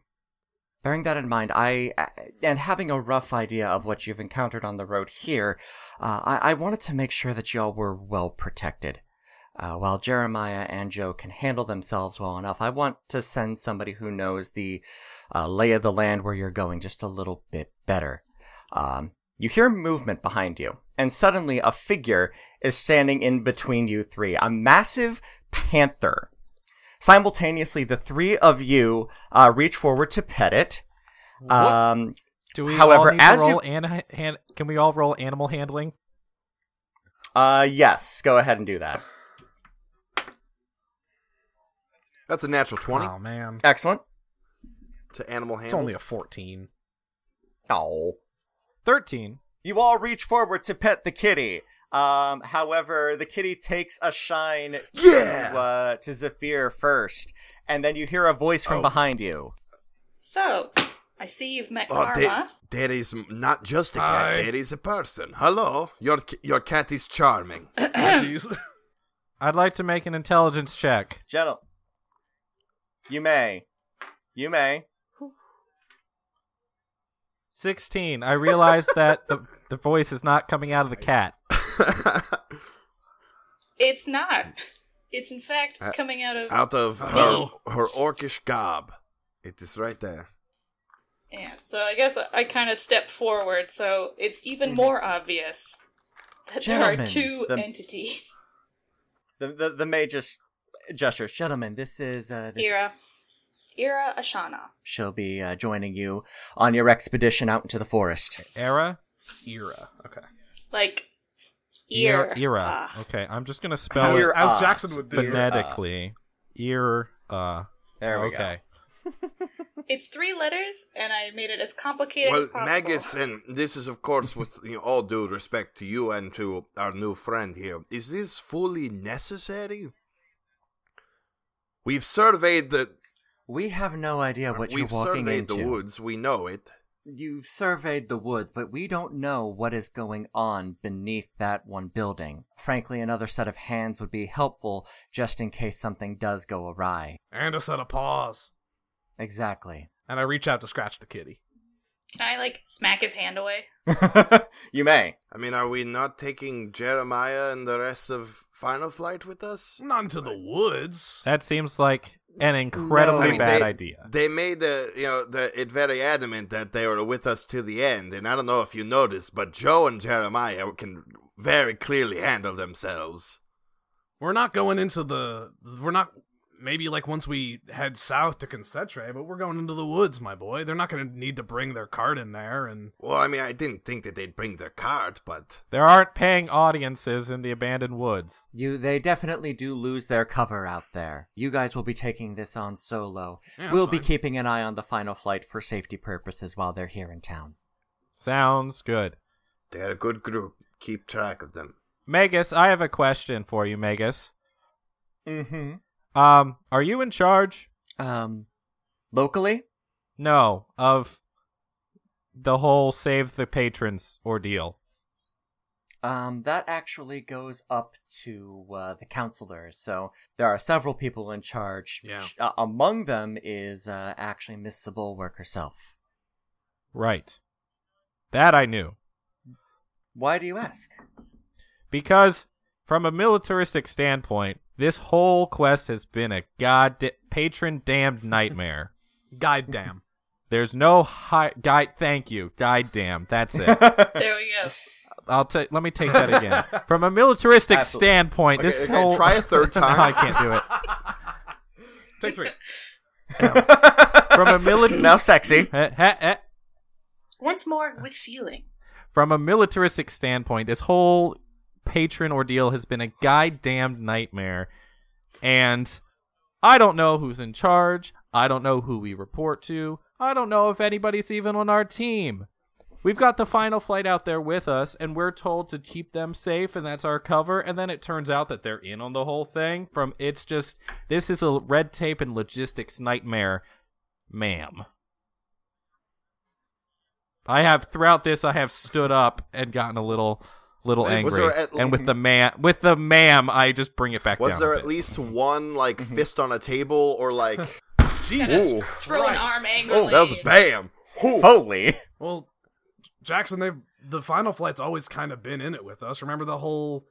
[SPEAKER 1] Bearing that in mind, I and having a rough idea of what you've encountered on the road here, uh, I, I wanted to make sure that y'all were well protected. Uh, while Jeremiah and Joe can handle themselves well enough, I want to send somebody who knows the uh, lay of the land where you're going just a little bit better. Um, you hear movement behind you, and suddenly a figure is standing in between you three a massive panther. Simultaneously, the three of you uh, reach forward to pet it. Um,
[SPEAKER 3] Do we
[SPEAKER 1] However,
[SPEAKER 3] all need
[SPEAKER 1] as
[SPEAKER 3] to
[SPEAKER 1] you-
[SPEAKER 3] roll an- han- can we all roll animal handling?
[SPEAKER 1] uh, yes, go ahead and do that.
[SPEAKER 4] That's a natural twenty
[SPEAKER 2] Oh man,
[SPEAKER 1] Excellent.
[SPEAKER 4] to animal handling.
[SPEAKER 2] it's only a fourteen.
[SPEAKER 1] Oh.
[SPEAKER 3] 13.
[SPEAKER 1] You all reach forward to pet the kitty. Um, however, the kitty takes a shine
[SPEAKER 4] Yeah!
[SPEAKER 1] to, uh, to Zephyr first, and then you hear a voice from
[SPEAKER 4] Oh.
[SPEAKER 1] behind you.
[SPEAKER 5] So, I see you've met
[SPEAKER 4] Oh,
[SPEAKER 5] Karma.
[SPEAKER 4] da- Daddy's m- not just a cat.
[SPEAKER 2] Hi.
[SPEAKER 4] Daddy's a person. Hello, your c- your cat is charming.
[SPEAKER 2] Jeez.
[SPEAKER 3] I'd like to make an intelligence check.
[SPEAKER 1] Gentle. You may. You may.
[SPEAKER 3] 16. I realize that the, the voice is not coming out of the cat.
[SPEAKER 5] It's not. It's in fact
[SPEAKER 4] Uh,
[SPEAKER 5] coming out of
[SPEAKER 4] Out of her her orcish gob, it is right there.
[SPEAKER 5] yeah. So I guess I, I kind of step forward, so it's even more obvious that there
[SPEAKER 1] Mm-hmm. Gentlemen,
[SPEAKER 5] are two
[SPEAKER 1] the-
[SPEAKER 5] entities.
[SPEAKER 1] The the, the may just gestures, gentlemen. This is uh, this
[SPEAKER 5] Ira, Ira Ashana.
[SPEAKER 1] she'll be uh, joining you on your expedition out into the forest.
[SPEAKER 3] Era?
[SPEAKER 2] Era. Okay.
[SPEAKER 5] Like
[SPEAKER 3] Era.
[SPEAKER 5] ear.
[SPEAKER 3] Era.
[SPEAKER 5] Ah.
[SPEAKER 3] Okay, I'm just going to spell
[SPEAKER 1] Era.
[SPEAKER 3] it
[SPEAKER 2] As
[SPEAKER 1] Uh,
[SPEAKER 2] Jackson would do.
[SPEAKER 1] Spinetta.
[SPEAKER 3] phonetically. Ear. Uh,
[SPEAKER 1] There we
[SPEAKER 3] okay.
[SPEAKER 5] It's three letters, and I made it as complicated as
[SPEAKER 4] well,
[SPEAKER 5] possible.
[SPEAKER 4] Magus, and this is of course with you know, all due respect to you and to our new friend here. Is this fully necessary? We've surveyed the
[SPEAKER 1] go. We have no idea what
[SPEAKER 4] we've
[SPEAKER 1] you're walking
[SPEAKER 4] surveyed
[SPEAKER 1] into.
[SPEAKER 4] the woods. We know it.
[SPEAKER 1] You've surveyed the woods, but we don't know what is going on beneath that one building. Frankly, another set of hands would be helpful just in case something does go awry.
[SPEAKER 2] And a set of paws.
[SPEAKER 1] Exactly.
[SPEAKER 2] And I reach out to scratch the kitty.
[SPEAKER 5] Can I like smack his hand away?
[SPEAKER 1] you may.
[SPEAKER 4] I mean, are we not taking Jeremiah and the rest of Final Flight with us?
[SPEAKER 2] Not into the woods.
[SPEAKER 3] That seems like an
[SPEAKER 1] No.
[SPEAKER 3] incredibly
[SPEAKER 1] I mean,
[SPEAKER 3] bad
[SPEAKER 4] they,
[SPEAKER 3] idea.
[SPEAKER 4] They made the you know the, it very adamant that they were with us to the end, and I don't know if you noticed, but Joe and Jeremiah can very clearly handle themselves.
[SPEAKER 2] We're not going into the. We're not. Maybe like once we head south to Concentre, but we're going into the woods, my boy. They're not going to need to bring their cart in there, and
[SPEAKER 4] Well, I mean, I didn't think that they'd bring their card, but
[SPEAKER 3] There aren't paying audiences in the abandoned woods.
[SPEAKER 1] You they definitely do lose their cover out there. You guys will be taking this on solo.
[SPEAKER 2] Yeah, that's
[SPEAKER 1] we'll be
[SPEAKER 2] fine.
[SPEAKER 1] keeping an eye on the final flight for safety purposes while they're here in town.
[SPEAKER 3] Sounds good.
[SPEAKER 4] they're a good group. Keep track of them.
[SPEAKER 3] Magus, I have a question for you, Magus.
[SPEAKER 1] Mm-hmm.
[SPEAKER 3] Um, are you in charge?
[SPEAKER 1] Um locally?
[SPEAKER 3] No, of the whole save the patrons ordeal.
[SPEAKER 1] Um, that actually goes up to uh, the counselors. So there are several people in charge.
[SPEAKER 2] Yeah.
[SPEAKER 1] Sh- Uh, among them is uh, actually Miss Sybil Work herself.
[SPEAKER 3] Right. That I knew.
[SPEAKER 1] Why do you ask?
[SPEAKER 3] Because from a militaristic standpoint, this whole quest has been a god patron damned nightmare.
[SPEAKER 2] God damn.
[SPEAKER 3] There's no high guy thank you. God damn, that's it.
[SPEAKER 5] There we go.
[SPEAKER 3] I'll take. Let me take that again. From a militaristic
[SPEAKER 1] Absolutely.
[SPEAKER 3] standpoint,
[SPEAKER 4] Okay,
[SPEAKER 3] this
[SPEAKER 4] okay,
[SPEAKER 3] whole
[SPEAKER 4] try a third
[SPEAKER 3] No,
[SPEAKER 4] time.
[SPEAKER 3] I can't do it.
[SPEAKER 2] Take three.
[SPEAKER 3] From a military
[SPEAKER 1] Now sexy.
[SPEAKER 5] Once more with feeling.
[SPEAKER 3] from a militaristic standpoint, this whole patron ordeal has been a goddamn nightmare. And I don't know who's in charge. I don't know who we report to. I don't know if anybody's even on our team. We've got the final flight out there with us, and we're told to keep them safe, and that's our cover. And then it turns out that they're in on the whole thing. From it's just this is a red tape and logistics nightmare, ma'am. I have throughout this, I have stood up and gotten a little, little
[SPEAKER 4] Hey, was
[SPEAKER 3] angry.
[SPEAKER 4] there at-
[SPEAKER 3] and with the man, with the ma'am, I just bring it Mm-hmm. back
[SPEAKER 4] Was
[SPEAKER 3] down.
[SPEAKER 4] there
[SPEAKER 3] a
[SPEAKER 4] at
[SPEAKER 3] bit.
[SPEAKER 4] least one like fist on a table or like
[SPEAKER 2] Jesus.
[SPEAKER 4] Ooh.
[SPEAKER 5] Throw an
[SPEAKER 2] Christ.
[SPEAKER 5] arm angrily.
[SPEAKER 4] Oh, that was a bam.
[SPEAKER 1] Holy.
[SPEAKER 2] Well, Jackson, they've the final flight's always kind of been in it with us. Remember the whole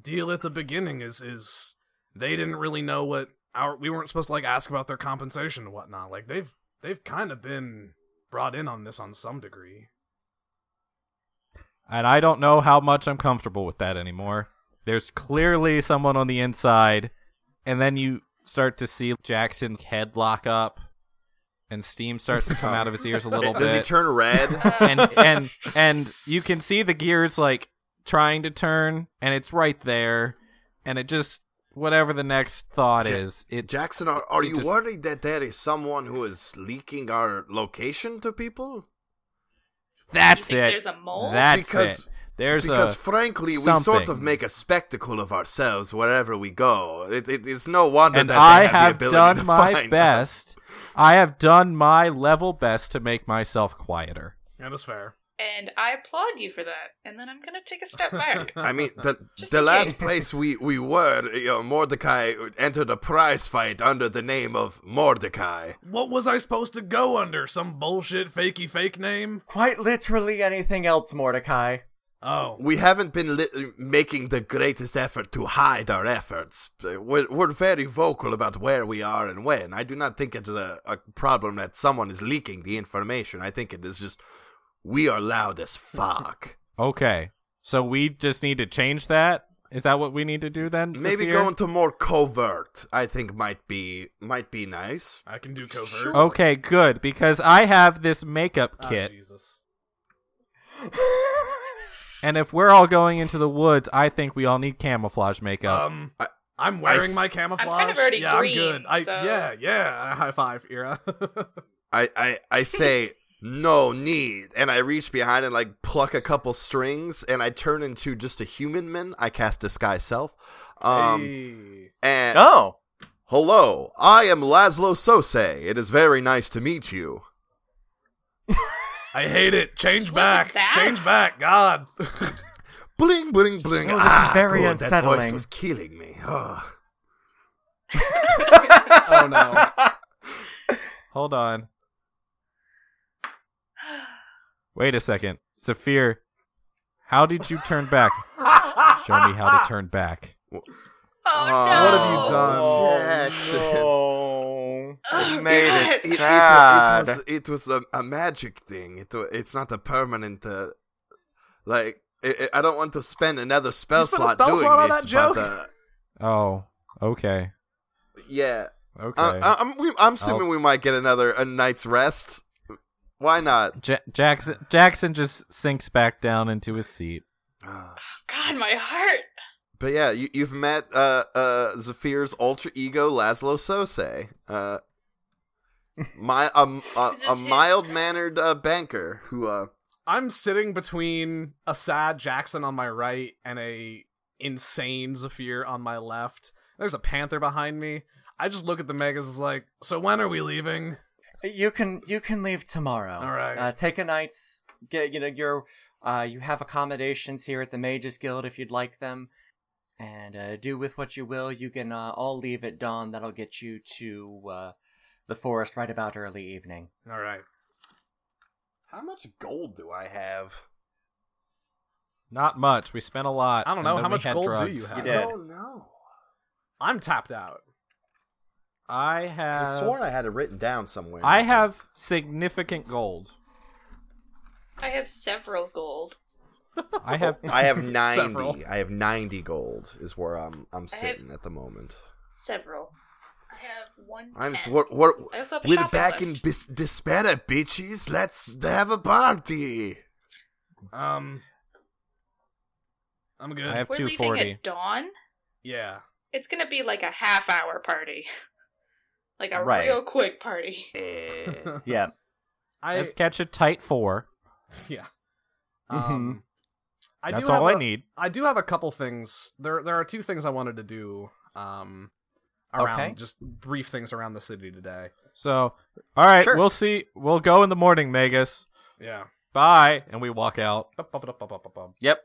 [SPEAKER 2] deal at the beginning is is they didn't really know what our we weren't supposed to like ask about their compensation and whatnot. Like they've they've kind of been brought in on this on some degree.
[SPEAKER 3] And I don't know how much I'm comfortable with that anymore. There's clearly someone on the inside, and then you start to see Jackson's head lock up, and steam starts to come out of his ears a little
[SPEAKER 4] Does he
[SPEAKER 3] bit.
[SPEAKER 4] turn red?
[SPEAKER 5] Uh,
[SPEAKER 3] and and and you can see the gears like trying to turn, and it's right there, and it just whatever the next thought
[SPEAKER 4] Ja-
[SPEAKER 3] is, it
[SPEAKER 4] Jackson, are, are
[SPEAKER 3] He
[SPEAKER 4] you
[SPEAKER 3] just-
[SPEAKER 4] worried that there is someone who is leaking our location to people?
[SPEAKER 3] that's
[SPEAKER 5] You think
[SPEAKER 3] it.
[SPEAKER 5] there's a mole?
[SPEAKER 3] That's
[SPEAKER 4] Because-
[SPEAKER 3] it. There's
[SPEAKER 4] because
[SPEAKER 3] a
[SPEAKER 4] frankly, we sort
[SPEAKER 3] something.
[SPEAKER 4] of make a spectacle of ourselves wherever we go. It, it, it's no wonder
[SPEAKER 3] and
[SPEAKER 4] that
[SPEAKER 3] I
[SPEAKER 4] they have,
[SPEAKER 3] have
[SPEAKER 4] the ability to
[SPEAKER 3] done my
[SPEAKER 4] find us.
[SPEAKER 3] best. I have done my level best to make myself quieter.
[SPEAKER 2] That is fair.
[SPEAKER 5] and I applaud you for that. And then I'm gonna take a step back.
[SPEAKER 4] I mean, the,
[SPEAKER 5] Just
[SPEAKER 4] the
[SPEAKER 5] in
[SPEAKER 4] last
[SPEAKER 5] case.
[SPEAKER 4] place we, we were, you know, Mordecai entered a prize fight under the name of Mordecai.
[SPEAKER 2] What was I supposed to go under? Some bullshit fakey fake name?
[SPEAKER 1] Quite literally anything else, Mordecai.
[SPEAKER 2] Oh.
[SPEAKER 4] We haven't been li- making the greatest effort to hide our efforts. We're, we're very vocal about where we are and when. I do not think it's a, a problem that someone is leaking the information. I think it is just we are loud as fuck.
[SPEAKER 3] Okay. So we just need to change that? Is that what we need to do then?
[SPEAKER 4] Maybe
[SPEAKER 3] Zafir?
[SPEAKER 4] going to more covert, I think might be might be nice.
[SPEAKER 2] I can do covert.
[SPEAKER 3] Okay, good because I have this makeup
[SPEAKER 2] Ah,
[SPEAKER 3] kit
[SPEAKER 2] Jesus.
[SPEAKER 3] and if we're all going into the woods, I think we all need camouflage makeup.
[SPEAKER 2] Um,
[SPEAKER 4] I-
[SPEAKER 2] I, am wearing
[SPEAKER 4] I s-
[SPEAKER 2] my camouflage.
[SPEAKER 5] already
[SPEAKER 2] yeah,
[SPEAKER 5] green,
[SPEAKER 2] I'm good. I,
[SPEAKER 5] so-
[SPEAKER 2] Yeah, yeah. High five, Ira.
[SPEAKER 4] I I, I say no need, and I reach behind and like pluck a couple strings, and I turn into just a human man. I cast disguise self. Um
[SPEAKER 2] Hey.
[SPEAKER 4] and
[SPEAKER 1] Oh.
[SPEAKER 4] Hello, I am Laszlo Sose. It is very nice to meet you.
[SPEAKER 2] I hate it. Change
[SPEAKER 5] Look
[SPEAKER 2] back.
[SPEAKER 5] at that.
[SPEAKER 2] Change back. God.
[SPEAKER 4] Bling, bling, bling.
[SPEAKER 1] Oh, this is
[SPEAKER 4] ah,
[SPEAKER 1] very
[SPEAKER 4] good. That voice
[SPEAKER 1] unsettling.
[SPEAKER 4] was killing me. Ah. Ugh.
[SPEAKER 2] oh no.
[SPEAKER 3] Hold on. Wait a second. Zafir, how did you turn back? Show me how to turn back.
[SPEAKER 5] oh
[SPEAKER 4] Uh,
[SPEAKER 5] no!
[SPEAKER 2] What have you done?
[SPEAKER 1] Oh, no.
[SPEAKER 5] Oh,
[SPEAKER 1] It made
[SPEAKER 5] God.
[SPEAKER 1] it
[SPEAKER 4] It, it,
[SPEAKER 1] sad.
[SPEAKER 4] was, it was a, a magic thing. It, wa- it's not a permanent. Uh, like, it, it- I don't want to spend another spell
[SPEAKER 2] You spent a
[SPEAKER 4] slot
[SPEAKER 2] spell
[SPEAKER 4] doing
[SPEAKER 2] slot on
[SPEAKER 4] this,
[SPEAKER 2] that
[SPEAKER 4] but
[SPEAKER 2] joke?
[SPEAKER 4] uh,
[SPEAKER 3] Oh, okay.
[SPEAKER 4] yeah.
[SPEAKER 3] Okay.
[SPEAKER 4] I, I, am we, I'm assuming we might get another a night's rest. Why not?
[SPEAKER 3] Ja- Jackson Jackson just sinks back down into his seat.
[SPEAKER 4] Ah.
[SPEAKER 5] God, my heart.
[SPEAKER 4] But yeah, you, you've met uh, uh, Zephyr's alter ego, Laszlo Sose, uh, my um, a,
[SPEAKER 5] Is
[SPEAKER 4] a
[SPEAKER 5] this his?
[SPEAKER 4] mild mannered uh, banker who uh,
[SPEAKER 2] I'm sitting between a sad Jackson on my right and a insane Zafir on my left. There's a panther behind me. I just look at the megas is like, so when are we leaving?
[SPEAKER 1] You can you can leave tomorrow.
[SPEAKER 2] All right.
[SPEAKER 1] Uh, take a night's get you know your uh you have accommodations here at the Mages Guild if you'd like them, and uh, do with what you will. You can uh, all leave at dawn. That'll get you to uh, the forest right about early evening.
[SPEAKER 2] All right.
[SPEAKER 4] How much gold do I have?
[SPEAKER 3] Not much. We spent a lot.
[SPEAKER 2] I don't
[SPEAKER 3] and
[SPEAKER 2] know,
[SPEAKER 3] then
[SPEAKER 2] how
[SPEAKER 3] we
[SPEAKER 2] much
[SPEAKER 3] had
[SPEAKER 2] gold do
[SPEAKER 3] drugs.
[SPEAKER 2] you
[SPEAKER 1] You
[SPEAKER 2] have?
[SPEAKER 1] did.
[SPEAKER 4] know.
[SPEAKER 2] I'm tapped out.
[SPEAKER 3] I
[SPEAKER 4] I
[SPEAKER 3] have.
[SPEAKER 4] swore I had it written down somewhere.
[SPEAKER 3] I have significant gold.
[SPEAKER 5] I have several gold.
[SPEAKER 3] I have.
[SPEAKER 4] I have ninety.
[SPEAKER 2] Several.
[SPEAKER 4] I have ninety gold is where I'm I'm
[SPEAKER 5] I have-
[SPEAKER 4] sitting at the moment.
[SPEAKER 5] Several. I have one.
[SPEAKER 4] I'm s-
[SPEAKER 5] ten.
[SPEAKER 4] what what
[SPEAKER 5] I also have a
[SPEAKER 4] we're
[SPEAKER 5] shopping
[SPEAKER 4] back in
[SPEAKER 5] list.
[SPEAKER 4] bis- despair, bitches. Let's have a party.
[SPEAKER 2] Um, I'm good.
[SPEAKER 3] I have-
[SPEAKER 5] We're leaving
[SPEAKER 3] 240.
[SPEAKER 5] at dawn.
[SPEAKER 2] yeah.
[SPEAKER 5] It's gonna be like a half hour party, like a
[SPEAKER 1] Right.
[SPEAKER 5] real quick party.
[SPEAKER 4] Eh.
[SPEAKER 1] Yeah.
[SPEAKER 2] I
[SPEAKER 3] Let's catch a tight four.
[SPEAKER 2] yeah.
[SPEAKER 1] Mhm.
[SPEAKER 2] Um, I
[SPEAKER 3] Mm-hmm. That's
[SPEAKER 2] do have
[SPEAKER 3] all I
[SPEAKER 2] a-
[SPEAKER 3] need.
[SPEAKER 2] I do have a couple things. There there are two things I wanted to do um around
[SPEAKER 1] Okay.
[SPEAKER 2] just brief things around the city today.
[SPEAKER 3] So, all right,
[SPEAKER 1] Sure.
[SPEAKER 3] we'll see. We'll go in the morning, Magus.
[SPEAKER 2] Yeah.
[SPEAKER 3] Bye, and we walk out.
[SPEAKER 2] Bup, bup, bup, bup, bup, bup.
[SPEAKER 1] Yep.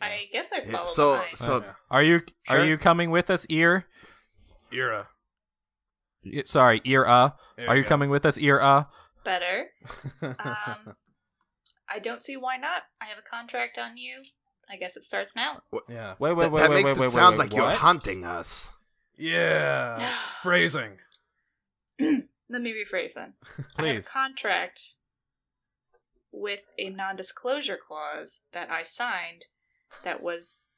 [SPEAKER 5] I guess I follow
[SPEAKER 4] so
[SPEAKER 5] behind.
[SPEAKER 4] so
[SPEAKER 2] Yeah.
[SPEAKER 3] Are you
[SPEAKER 1] Sure.
[SPEAKER 3] are you coming with us, ear?
[SPEAKER 2] Era.
[SPEAKER 3] Y- Sorry, Era.
[SPEAKER 2] There
[SPEAKER 3] Are you
[SPEAKER 2] go.
[SPEAKER 3] coming with us, Era?
[SPEAKER 5] Better. Um, I don't see why not. I have a contract on you. I guess it starts now.
[SPEAKER 2] yeah.
[SPEAKER 3] Wait, wait,
[SPEAKER 4] That,
[SPEAKER 3] wait,
[SPEAKER 4] that
[SPEAKER 3] wait,
[SPEAKER 4] makes
[SPEAKER 3] wait,
[SPEAKER 4] it
[SPEAKER 3] wait,
[SPEAKER 4] sound
[SPEAKER 3] wait,
[SPEAKER 4] like you're
[SPEAKER 3] what?
[SPEAKER 4] hunting us.
[SPEAKER 2] Yeah.
[SPEAKER 3] Uh,
[SPEAKER 2] Phrasing.
[SPEAKER 5] Let me rephrase then. I have a
[SPEAKER 3] Please.
[SPEAKER 5] contract with a non-disclosure clause that I signed that was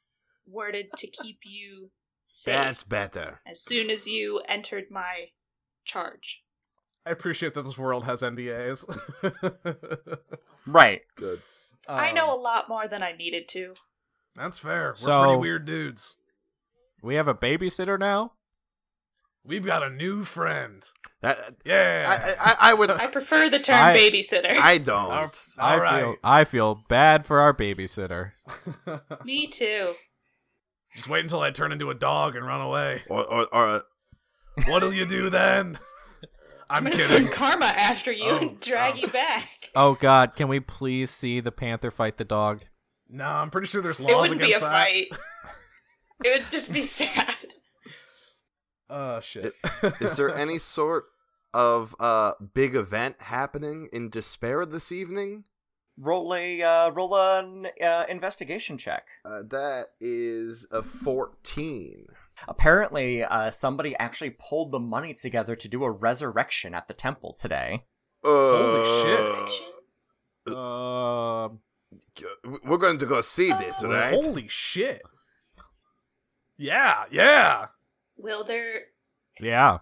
[SPEAKER 5] worded to keep you safe
[SPEAKER 4] That's better.
[SPEAKER 5] as soon as you entered my charge.
[SPEAKER 2] I appreciate that this world has NDAs.
[SPEAKER 1] Right.
[SPEAKER 4] Good.
[SPEAKER 5] I
[SPEAKER 2] Um,
[SPEAKER 5] know a lot more than I needed to.
[SPEAKER 2] That's fair. We're
[SPEAKER 3] So-
[SPEAKER 2] pretty weird dudes.
[SPEAKER 3] We have a babysitter now.
[SPEAKER 2] We've got a new friend.
[SPEAKER 4] That,
[SPEAKER 2] Yeah.
[SPEAKER 4] I, I, I would.
[SPEAKER 5] I prefer the term
[SPEAKER 3] I-
[SPEAKER 5] babysitter.
[SPEAKER 4] I don't.
[SPEAKER 2] All-
[SPEAKER 3] I
[SPEAKER 2] Oh, all right.
[SPEAKER 3] feel I feel bad for our babysitter.
[SPEAKER 5] Me too.
[SPEAKER 2] Just wait until I turn into a dog and run away.
[SPEAKER 4] Or, or, or
[SPEAKER 2] What'll you do then?
[SPEAKER 5] I'm
[SPEAKER 2] I'm
[SPEAKER 5] gonna
[SPEAKER 2] kidding.
[SPEAKER 5] send karma after you
[SPEAKER 2] Oh,
[SPEAKER 5] and drag
[SPEAKER 2] oh.
[SPEAKER 5] you back.
[SPEAKER 3] Oh God, can we please see the panther fight the dog?
[SPEAKER 2] No, I'm pretty sure there's laws
[SPEAKER 5] It wouldn't be
[SPEAKER 2] against
[SPEAKER 5] a
[SPEAKER 2] that.
[SPEAKER 5] fight. it would just be sad.
[SPEAKER 2] Oh shit.
[SPEAKER 4] is there any sort of uh, big event happening in Despair this evening?
[SPEAKER 1] Roll a uh, roll an uh, investigation check.
[SPEAKER 4] Uh, that is a 14.
[SPEAKER 1] Apparently, uh, somebody actually pulled the money together to do a resurrection at the temple today.
[SPEAKER 4] Uh,
[SPEAKER 2] Holy shit.
[SPEAKER 3] Um,
[SPEAKER 4] shit. We're going to go see this,
[SPEAKER 5] Oh.
[SPEAKER 4] right?
[SPEAKER 2] Holy shit. Yeah, yeah.
[SPEAKER 5] Will there?
[SPEAKER 3] yeah.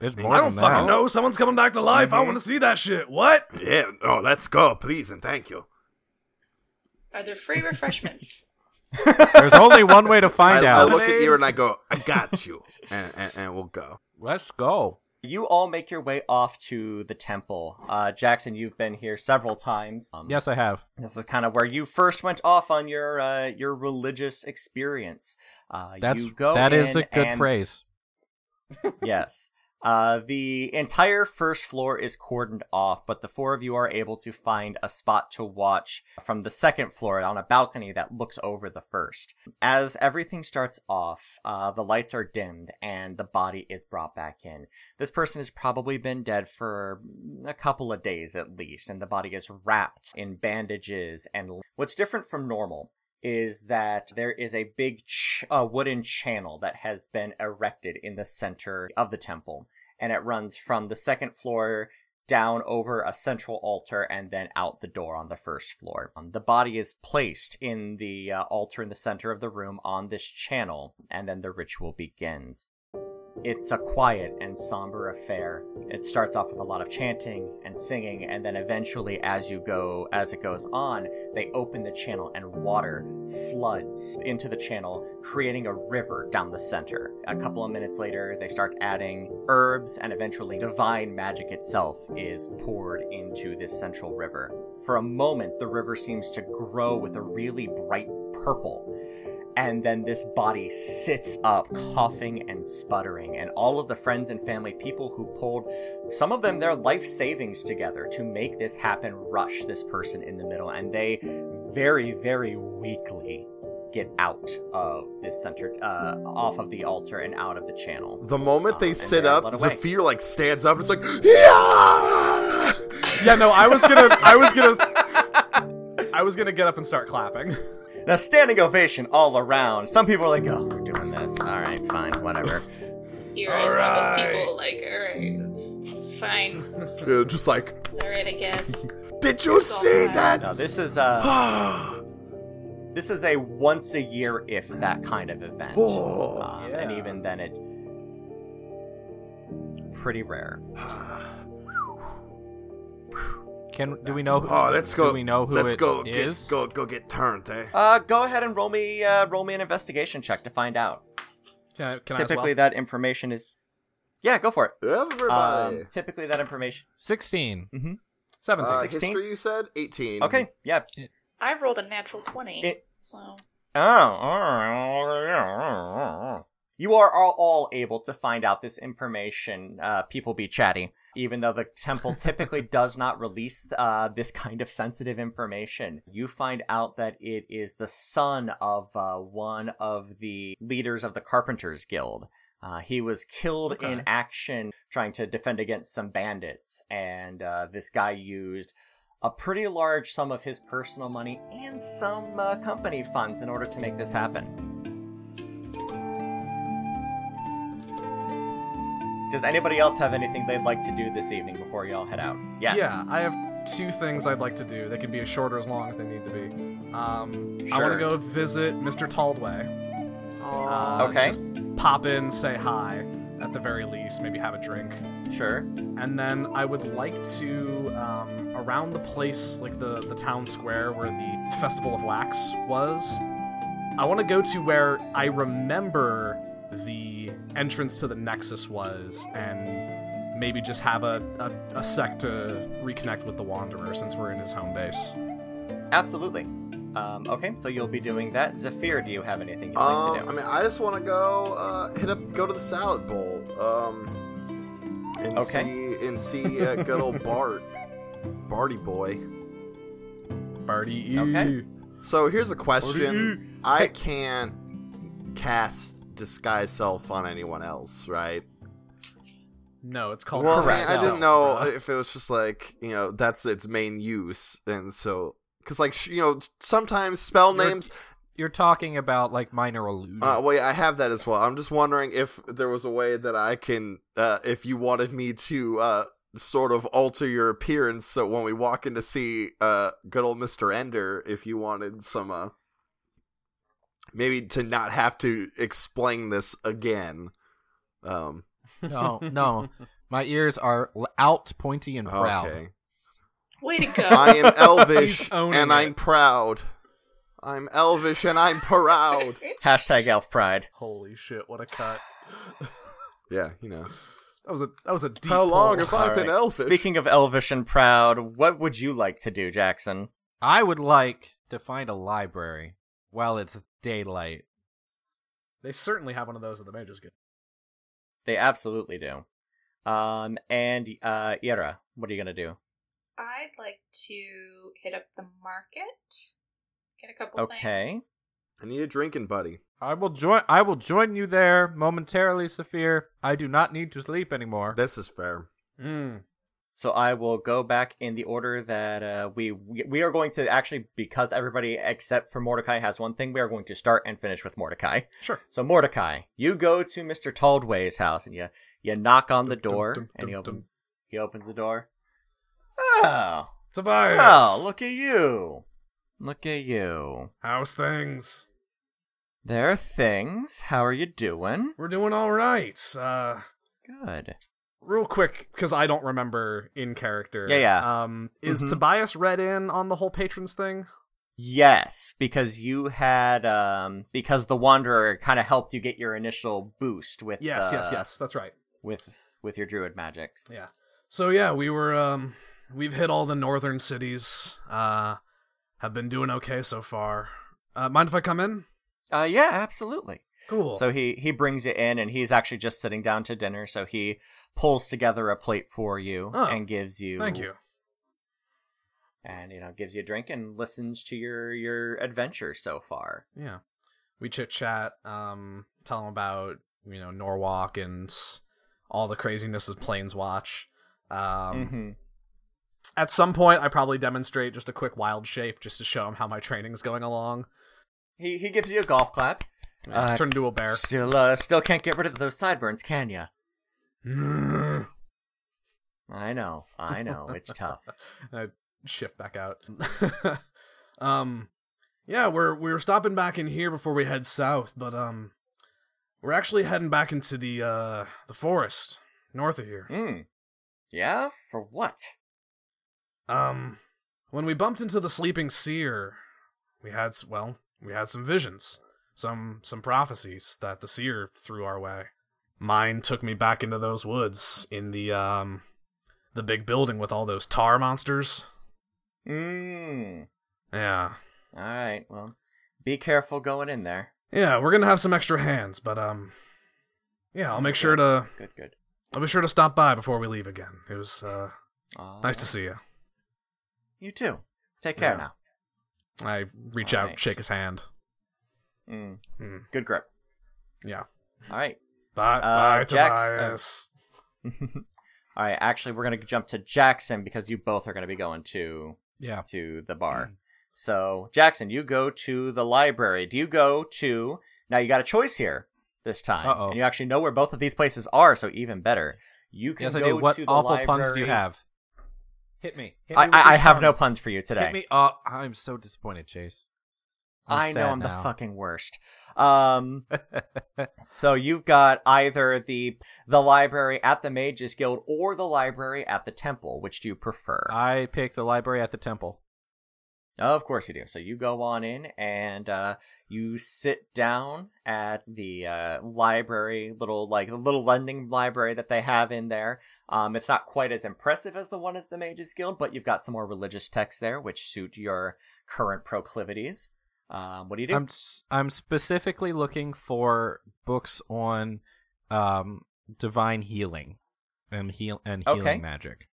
[SPEAKER 3] It's more
[SPEAKER 2] I
[SPEAKER 3] than
[SPEAKER 2] don't
[SPEAKER 3] that.
[SPEAKER 2] fucking know. Someone's coming back to life. I
[SPEAKER 1] Mhm.
[SPEAKER 2] want to see that shit. What?
[SPEAKER 4] Yeah, no, let's go, please, and thank you.
[SPEAKER 5] Are there free refreshments?
[SPEAKER 3] There's only one way to
[SPEAKER 4] I,
[SPEAKER 3] find
[SPEAKER 4] I
[SPEAKER 3] out.
[SPEAKER 4] look at you and I go, I got you. and, and, and we'll go.
[SPEAKER 3] Let's go.
[SPEAKER 1] You all make your way off to the temple. Uh, Jackson, you've been here several times. Um,
[SPEAKER 3] Yes, I have.
[SPEAKER 1] This is kind of where you first went off on your uh, your religious experience. Uh,
[SPEAKER 3] That's
[SPEAKER 1] you go
[SPEAKER 3] that is
[SPEAKER 1] in
[SPEAKER 3] a good
[SPEAKER 1] and-
[SPEAKER 3] phrase.
[SPEAKER 1] yes. Uh, the entire first floor is cordoned off, but the four of you are able to find a spot to watch from the second floor on a balcony that looks over the first. As everything starts off, uh, the lights are dimmed and the body is brought back in. This person has probably been dead for a couple of days at least, and the body is wrapped in bandages. And what's different from normal is that there is a big ch- uh, wooden channel that has been erected in the center of the temple, and it runs from the second floor down over a central altar and then out the door on the first floor. Um, the body is placed in the uh, altar in the center of the room on this channel, and then the ritual begins. It's a quiet and somber affair. It starts off with a lot of chanting and singing, and then eventually, as you go, as it goes on, they open the channel and water floods into the channel, creating a river down the center. A couple of minutes later, they start adding herbs, and eventually, divine magic itself is poured into this central river. For a moment, the river seems to grow with a really bright purple and then this body sits up, coughing and sputtering, and all of the friends and family people who pulled some of them their life savings together to make this happen rush this person in the middle, and they very, very weakly get out of this center, uh, off of the altar and out of the channel.
[SPEAKER 4] The moment
[SPEAKER 1] Um,
[SPEAKER 4] they
[SPEAKER 1] and
[SPEAKER 4] sit
[SPEAKER 1] they're
[SPEAKER 4] up,
[SPEAKER 1] led away.
[SPEAKER 4] Zafir like stands up and it's like, yeah!
[SPEAKER 2] Yeah, no, I was gonna I was gonna I was gonna get up and start clapping.
[SPEAKER 1] Now, standing ovation all around. Some people are like, oh, we're doing this. All right, fine, whatever.
[SPEAKER 5] You're always one of those
[SPEAKER 2] Alright.
[SPEAKER 5] people like, all right, it's, it's fine.
[SPEAKER 4] Uh, just like,
[SPEAKER 5] It's all right, I guess.
[SPEAKER 4] did you
[SPEAKER 5] all
[SPEAKER 4] see
[SPEAKER 5] bad.
[SPEAKER 4] that?
[SPEAKER 1] Now, this is a,
[SPEAKER 4] oh,
[SPEAKER 1] this is a once a year, if that kind of event.
[SPEAKER 4] Oh,
[SPEAKER 1] Um, And
[SPEAKER 3] Yeah.
[SPEAKER 1] even then, it pretty rare.
[SPEAKER 3] Can do we know? Who,
[SPEAKER 4] oh, let's go.
[SPEAKER 3] Do we know who
[SPEAKER 4] let's
[SPEAKER 3] it
[SPEAKER 4] go
[SPEAKER 3] is?
[SPEAKER 4] get go go get turned, eh?
[SPEAKER 1] Uh, go ahead and roll me uh, roll me an investigation check to find out.
[SPEAKER 2] Can I can
[SPEAKER 1] typically, that information is yeah, go for it.
[SPEAKER 4] Everybody.
[SPEAKER 1] Um, typically, that information.
[SPEAKER 3] Sixteen.
[SPEAKER 2] seventeen.
[SPEAKER 4] Uh,
[SPEAKER 1] 16?
[SPEAKER 4] history, you said eighteen.
[SPEAKER 1] Okay, yeah.
[SPEAKER 5] I rolled a natural twenty,
[SPEAKER 1] It-
[SPEAKER 5] so
[SPEAKER 1] Oh, you are all, all able to find out this information. Uh, people be chatty, even though the temple typically does not release uh, this kind of sensitive information. You find out that it is the son of uh, one of the leaders of the Carpenters Guild. Uh, he was killed
[SPEAKER 2] Okay.
[SPEAKER 1] in action trying to defend against some bandits, and uh, this guy used a pretty large sum of his personal money and some uh, company funds in order to make this happen. Does anybody else have anything they'd like to do this evening before y'all head out? Yes.
[SPEAKER 2] Yeah, I have two things I'd like to do. They can be as short or as long as they need to be. Um, I want
[SPEAKER 1] Sure.
[SPEAKER 2] to go visit Mr. Taldway. Uh,
[SPEAKER 1] Okay.
[SPEAKER 2] Just pop in, say hi, at the very least. Maybe have a drink,
[SPEAKER 1] Sure.
[SPEAKER 2] and then I would like to um, around the place, like the the town square where the Festival of Wax was. I want to go to where I remember the entrance to the Nexus was, and maybe just have a, a, a sec to reconnect with the Wanderer since we're in his home base.
[SPEAKER 1] Absolutely. Um, okay, so you'll be doing that. Zephyr, do you have anything you'd like
[SPEAKER 4] Um,
[SPEAKER 1] to
[SPEAKER 4] I
[SPEAKER 1] do?
[SPEAKER 4] mean, I just want to go uh, hit up, go to the salad bowl, um, and
[SPEAKER 1] Okay.
[SPEAKER 4] see and see uh, good old Bart, Barty boy.
[SPEAKER 2] Barty. E.
[SPEAKER 1] Okay.
[SPEAKER 4] So here's a question: I can't cast disguise self on anyone else, right?
[SPEAKER 2] No, it's called. Uh,
[SPEAKER 4] well, I,
[SPEAKER 1] correct.
[SPEAKER 4] mean, I didn't know if it was just like you know that's its main use, and so because like sh- you know sometimes spell
[SPEAKER 3] You're-
[SPEAKER 4] names.
[SPEAKER 3] You're talking about like minor illusion.
[SPEAKER 4] Uh, wait, I have that as well. I'm just wondering if there was a way that I can, uh, if you wanted me to uh, sort of alter your appearance, so when we walk in to see uh, good old Mister Ender, if you wanted some, uh, maybe to not have to explain this again. Um,
[SPEAKER 3] no, no. My ears are l- out, pointy, and proud.
[SPEAKER 4] okay.
[SPEAKER 5] Way to go.
[SPEAKER 4] I am elvish
[SPEAKER 2] He's owning
[SPEAKER 4] and I'm
[SPEAKER 2] it.
[SPEAKER 4] proud. I'm elvish and I'm proud.
[SPEAKER 1] Hashtag elf pride.
[SPEAKER 2] Holy shit! What a cut.
[SPEAKER 4] yeah, you know.
[SPEAKER 2] That was a that was a deep.
[SPEAKER 4] How long
[SPEAKER 2] hole.
[SPEAKER 4] have I been
[SPEAKER 1] Alright.
[SPEAKER 4] elfish?
[SPEAKER 1] Speaking of elvish and proud, what would you like to do, Jackson?
[SPEAKER 3] I would like to find a library while it's daylight.
[SPEAKER 2] They certainly have one of those at the Major's Guild.
[SPEAKER 1] They absolutely do. Um, and uh, Ira, what are you gonna do?
[SPEAKER 5] I'd like to hit up the market, get a couple
[SPEAKER 1] Okay.
[SPEAKER 5] things.
[SPEAKER 4] I need a drinking buddy.
[SPEAKER 3] I will join. I will join you there momentarily, Saphir. I do not need to sleep anymore.
[SPEAKER 4] This is fair.
[SPEAKER 2] Mm.
[SPEAKER 1] So I will go back in the order that uh, we we are going to actually because everybody except for Mordecai has one thing. We are going to start and finish with Mordecai.
[SPEAKER 2] Sure.
[SPEAKER 1] So Mordecai, you go to Mister Taldway's house and you you knock on the
[SPEAKER 2] Dum, dum,
[SPEAKER 1] door
[SPEAKER 2] dum,
[SPEAKER 1] and he
[SPEAKER 2] dum, dum.
[SPEAKER 1] opens he opens the door. Oh,
[SPEAKER 2] Tobias.
[SPEAKER 1] well, look at you, look at you.
[SPEAKER 2] How's things?
[SPEAKER 1] There are things. How are you doing?
[SPEAKER 2] We're doing all right. Uh,
[SPEAKER 1] Good.
[SPEAKER 2] real quick, because I don't remember in character.
[SPEAKER 1] Yeah, yeah.
[SPEAKER 2] Um, is
[SPEAKER 1] Mhm.
[SPEAKER 2] Tobias read in on the whole patrons thing?
[SPEAKER 1] Yes, because you had um because the wanderer kind of helped you get your initial boost with
[SPEAKER 2] Yes,
[SPEAKER 1] uh,
[SPEAKER 2] yes, yes. That's right.
[SPEAKER 1] with with your druid magics.
[SPEAKER 2] Yeah. So yeah, we were um, we've hit all the northern cities. Uh, have been doing okay so far. Uh, mind if I come in?
[SPEAKER 1] Uh yeah, absolutely.
[SPEAKER 2] Cool.
[SPEAKER 1] So he he brings you in, and he's actually just sitting down to dinner. So he pulls together a plate for you
[SPEAKER 2] Oh,
[SPEAKER 1] and gives you
[SPEAKER 2] thank you.
[SPEAKER 1] and you know gives you a drink and listens to your your adventure so far.
[SPEAKER 2] Yeah. We chit chat, um, tell him about, you know, Norwalk and all the craziness of Plains Watch. Um,
[SPEAKER 1] Mhm.
[SPEAKER 2] At some point, I probably demonstrate just a quick wild shape just to show him how my training's going along.
[SPEAKER 1] He he gives you a golf clap. Uh,
[SPEAKER 2] Turn into a bear.
[SPEAKER 1] Still uh, still can't get rid of those sideburns, can ya? I know, I know, it's tough.
[SPEAKER 2] I shift back out. um, yeah, we're we're stopping back in here before we head south, but um, we're actually heading back into the uh the forest north of here.
[SPEAKER 1] Hmm. Yeah, for what?
[SPEAKER 2] Um, when we bumped into the sleeping seer, we had s- well, we had some visions, some some prophecies that the seer threw our way. Mine took me back into those woods in the um, the big building with all those tar monsters.
[SPEAKER 1] Mm.
[SPEAKER 2] Yeah,
[SPEAKER 1] All right, well, be careful going in there.
[SPEAKER 2] yeah, we're gonna have some extra hands, but um, yeah, I'll make sure to
[SPEAKER 1] Good, good.
[SPEAKER 2] I'll be sure to stop by before we leave again. It was uh,
[SPEAKER 1] Aw.
[SPEAKER 2] nice to see you.
[SPEAKER 1] you too. Take care
[SPEAKER 2] Yeah.
[SPEAKER 1] now.
[SPEAKER 2] I reach
[SPEAKER 1] All
[SPEAKER 2] out,
[SPEAKER 1] right.
[SPEAKER 2] shake his hand.
[SPEAKER 3] Hmm.
[SPEAKER 1] Mm.
[SPEAKER 2] Mm.
[SPEAKER 1] Good grip.
[SPEAKER 2] Yeah.
[SPEAKER 1] All right.
[SPEAKER 2] Bye,
[SPEAKER 1] Uh,
[SPEAKER 2] bye
[SPEAKER 1] Jax-
[SPEAKER 2] Tobias.
[SPEAKER 1] All right, actually, we're gonna jump to Jackson because you both are gonna be going to
[SPEAKER 3] Yeah.
[SPEAKER 1] to the
[SPEAKER 3] Hmm.
[SPEAKER 1] bar. So Jackson, you go to the library. Do you go to now? You got a choice here this time,
[SPEAKER 3] Uh-oh.
[SPEAKER 1] and you actually know where both of these places are, so even better. You can
[SPEAKER 3] Yes, I
[SPEAKER 1] go
[SPEAKER 3] do. What
[SPEAKER 1] to the
[SPEAKER 3] awful puns do you
[SPEAKER 1] library-
[SPEAKER 3] have? Hit me. Hit
[SPEAKER 1] I,
[SPEAKER 3] me with
[SPEAKER 1] I, I
[SPEAKER 3] your
[SPEAKER 1] have no puns for you today.
[SPEAKER 3] Hit me. Oh, I'm so disappointed, Chase.
[SPEAKER 1] I know
[SPEAKER 3] sad
[SPEAKER 1] I'm
[SPEAKER 3] now.
[SPEAKER 1] the fucking worst. Um, so you've got either the the library at the Mages Guild or the library at the temple. Which do you prefer?
[SPEAKER 3] I picked the library at the temple.
[SPEAKER 1] Of course you do. So you go on in and uh, you sit down at the uh, library, little like the little lending library that they have in there. Um, it's not quite as impressive as the one as the Mages Guild, but you've got some more religious texts there which suit your current proclivities. Um, what do you do?
[SPEAKER 3] I'm s- I'm specifically looking for books on um divine healing and heal and healing
[SPEAKER 1] Okay.
[SPEAKER 3] magic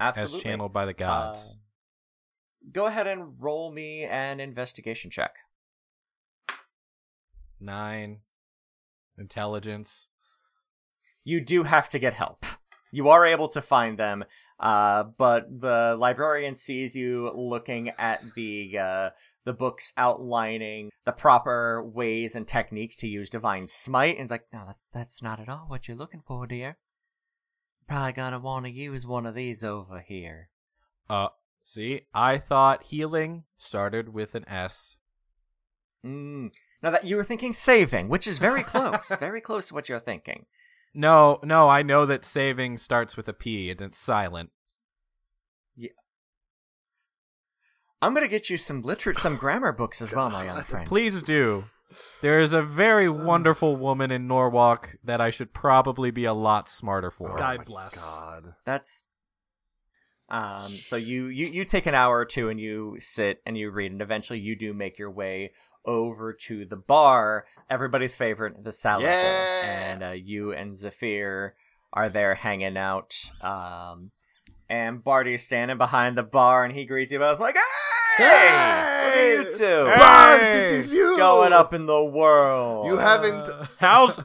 [SPEAKER 1] Absolutely.
[SPEAKER 3] as channeled by the gods.
[SPEAKER 1] Uh, go ahead and roll me an investigation check.
[SPEAKER 3] Nine intelligence.
[SPEAKER 1] You do have to get help. You are able to find them, uh, but the librarian sees you looking at the uh, the books outlining the proper ways and techniques to use divine smite, and is like, "No, that's that's not at all what you're looking for, dear. Probably gonna want to use one of these over here."
[SPEAKER 3] Uh see, I thought healing started with an S.
[SPEAKER 1] Mm. Now that you were thinking saving, which is very close, very close to what you're thinking.
[SPEAKER 3] No, no, I know that saving starts with a P and it's silent.
[SPEAKER 1] I'm gonna get you some literature, some grammar books as well, my young
[SPEAKER 4] God.
[SPEAKER 1] friend.
[SPEAKER 3] Please do. There is a very wonderful woman in Norwalk that I should probably be a lot smarter for.
[SPEAKER 2] God
[SPEAKER 4] Oh my
[SPEAKER 2] bless.
[SPEAKER 4] God.
[SPEAKER 1] That's. Um. So you you you take an hour or two and you sit and you read, and eventually you do make your way over to the bar, everybody's favorite, the salad bowl.
[SPEAKER 4] Yeah.
[SPEAKER 1] and uh, you and Zephyr are there hanging out. Um. And Barty's standing behind the bar, and he greets you both like, "Hey,
[SPEAKER 4] Hey!
[SPEAKER 1] what are you two
[SPEAKER 3] Hey!
[SPEAKER 4] Bart, it is you.
[SPEAKER 1] going up in the world?"
[SPEAKER 4] You haven't.
[SPEAKER 2] Uh,
[SPEAKER 3] How's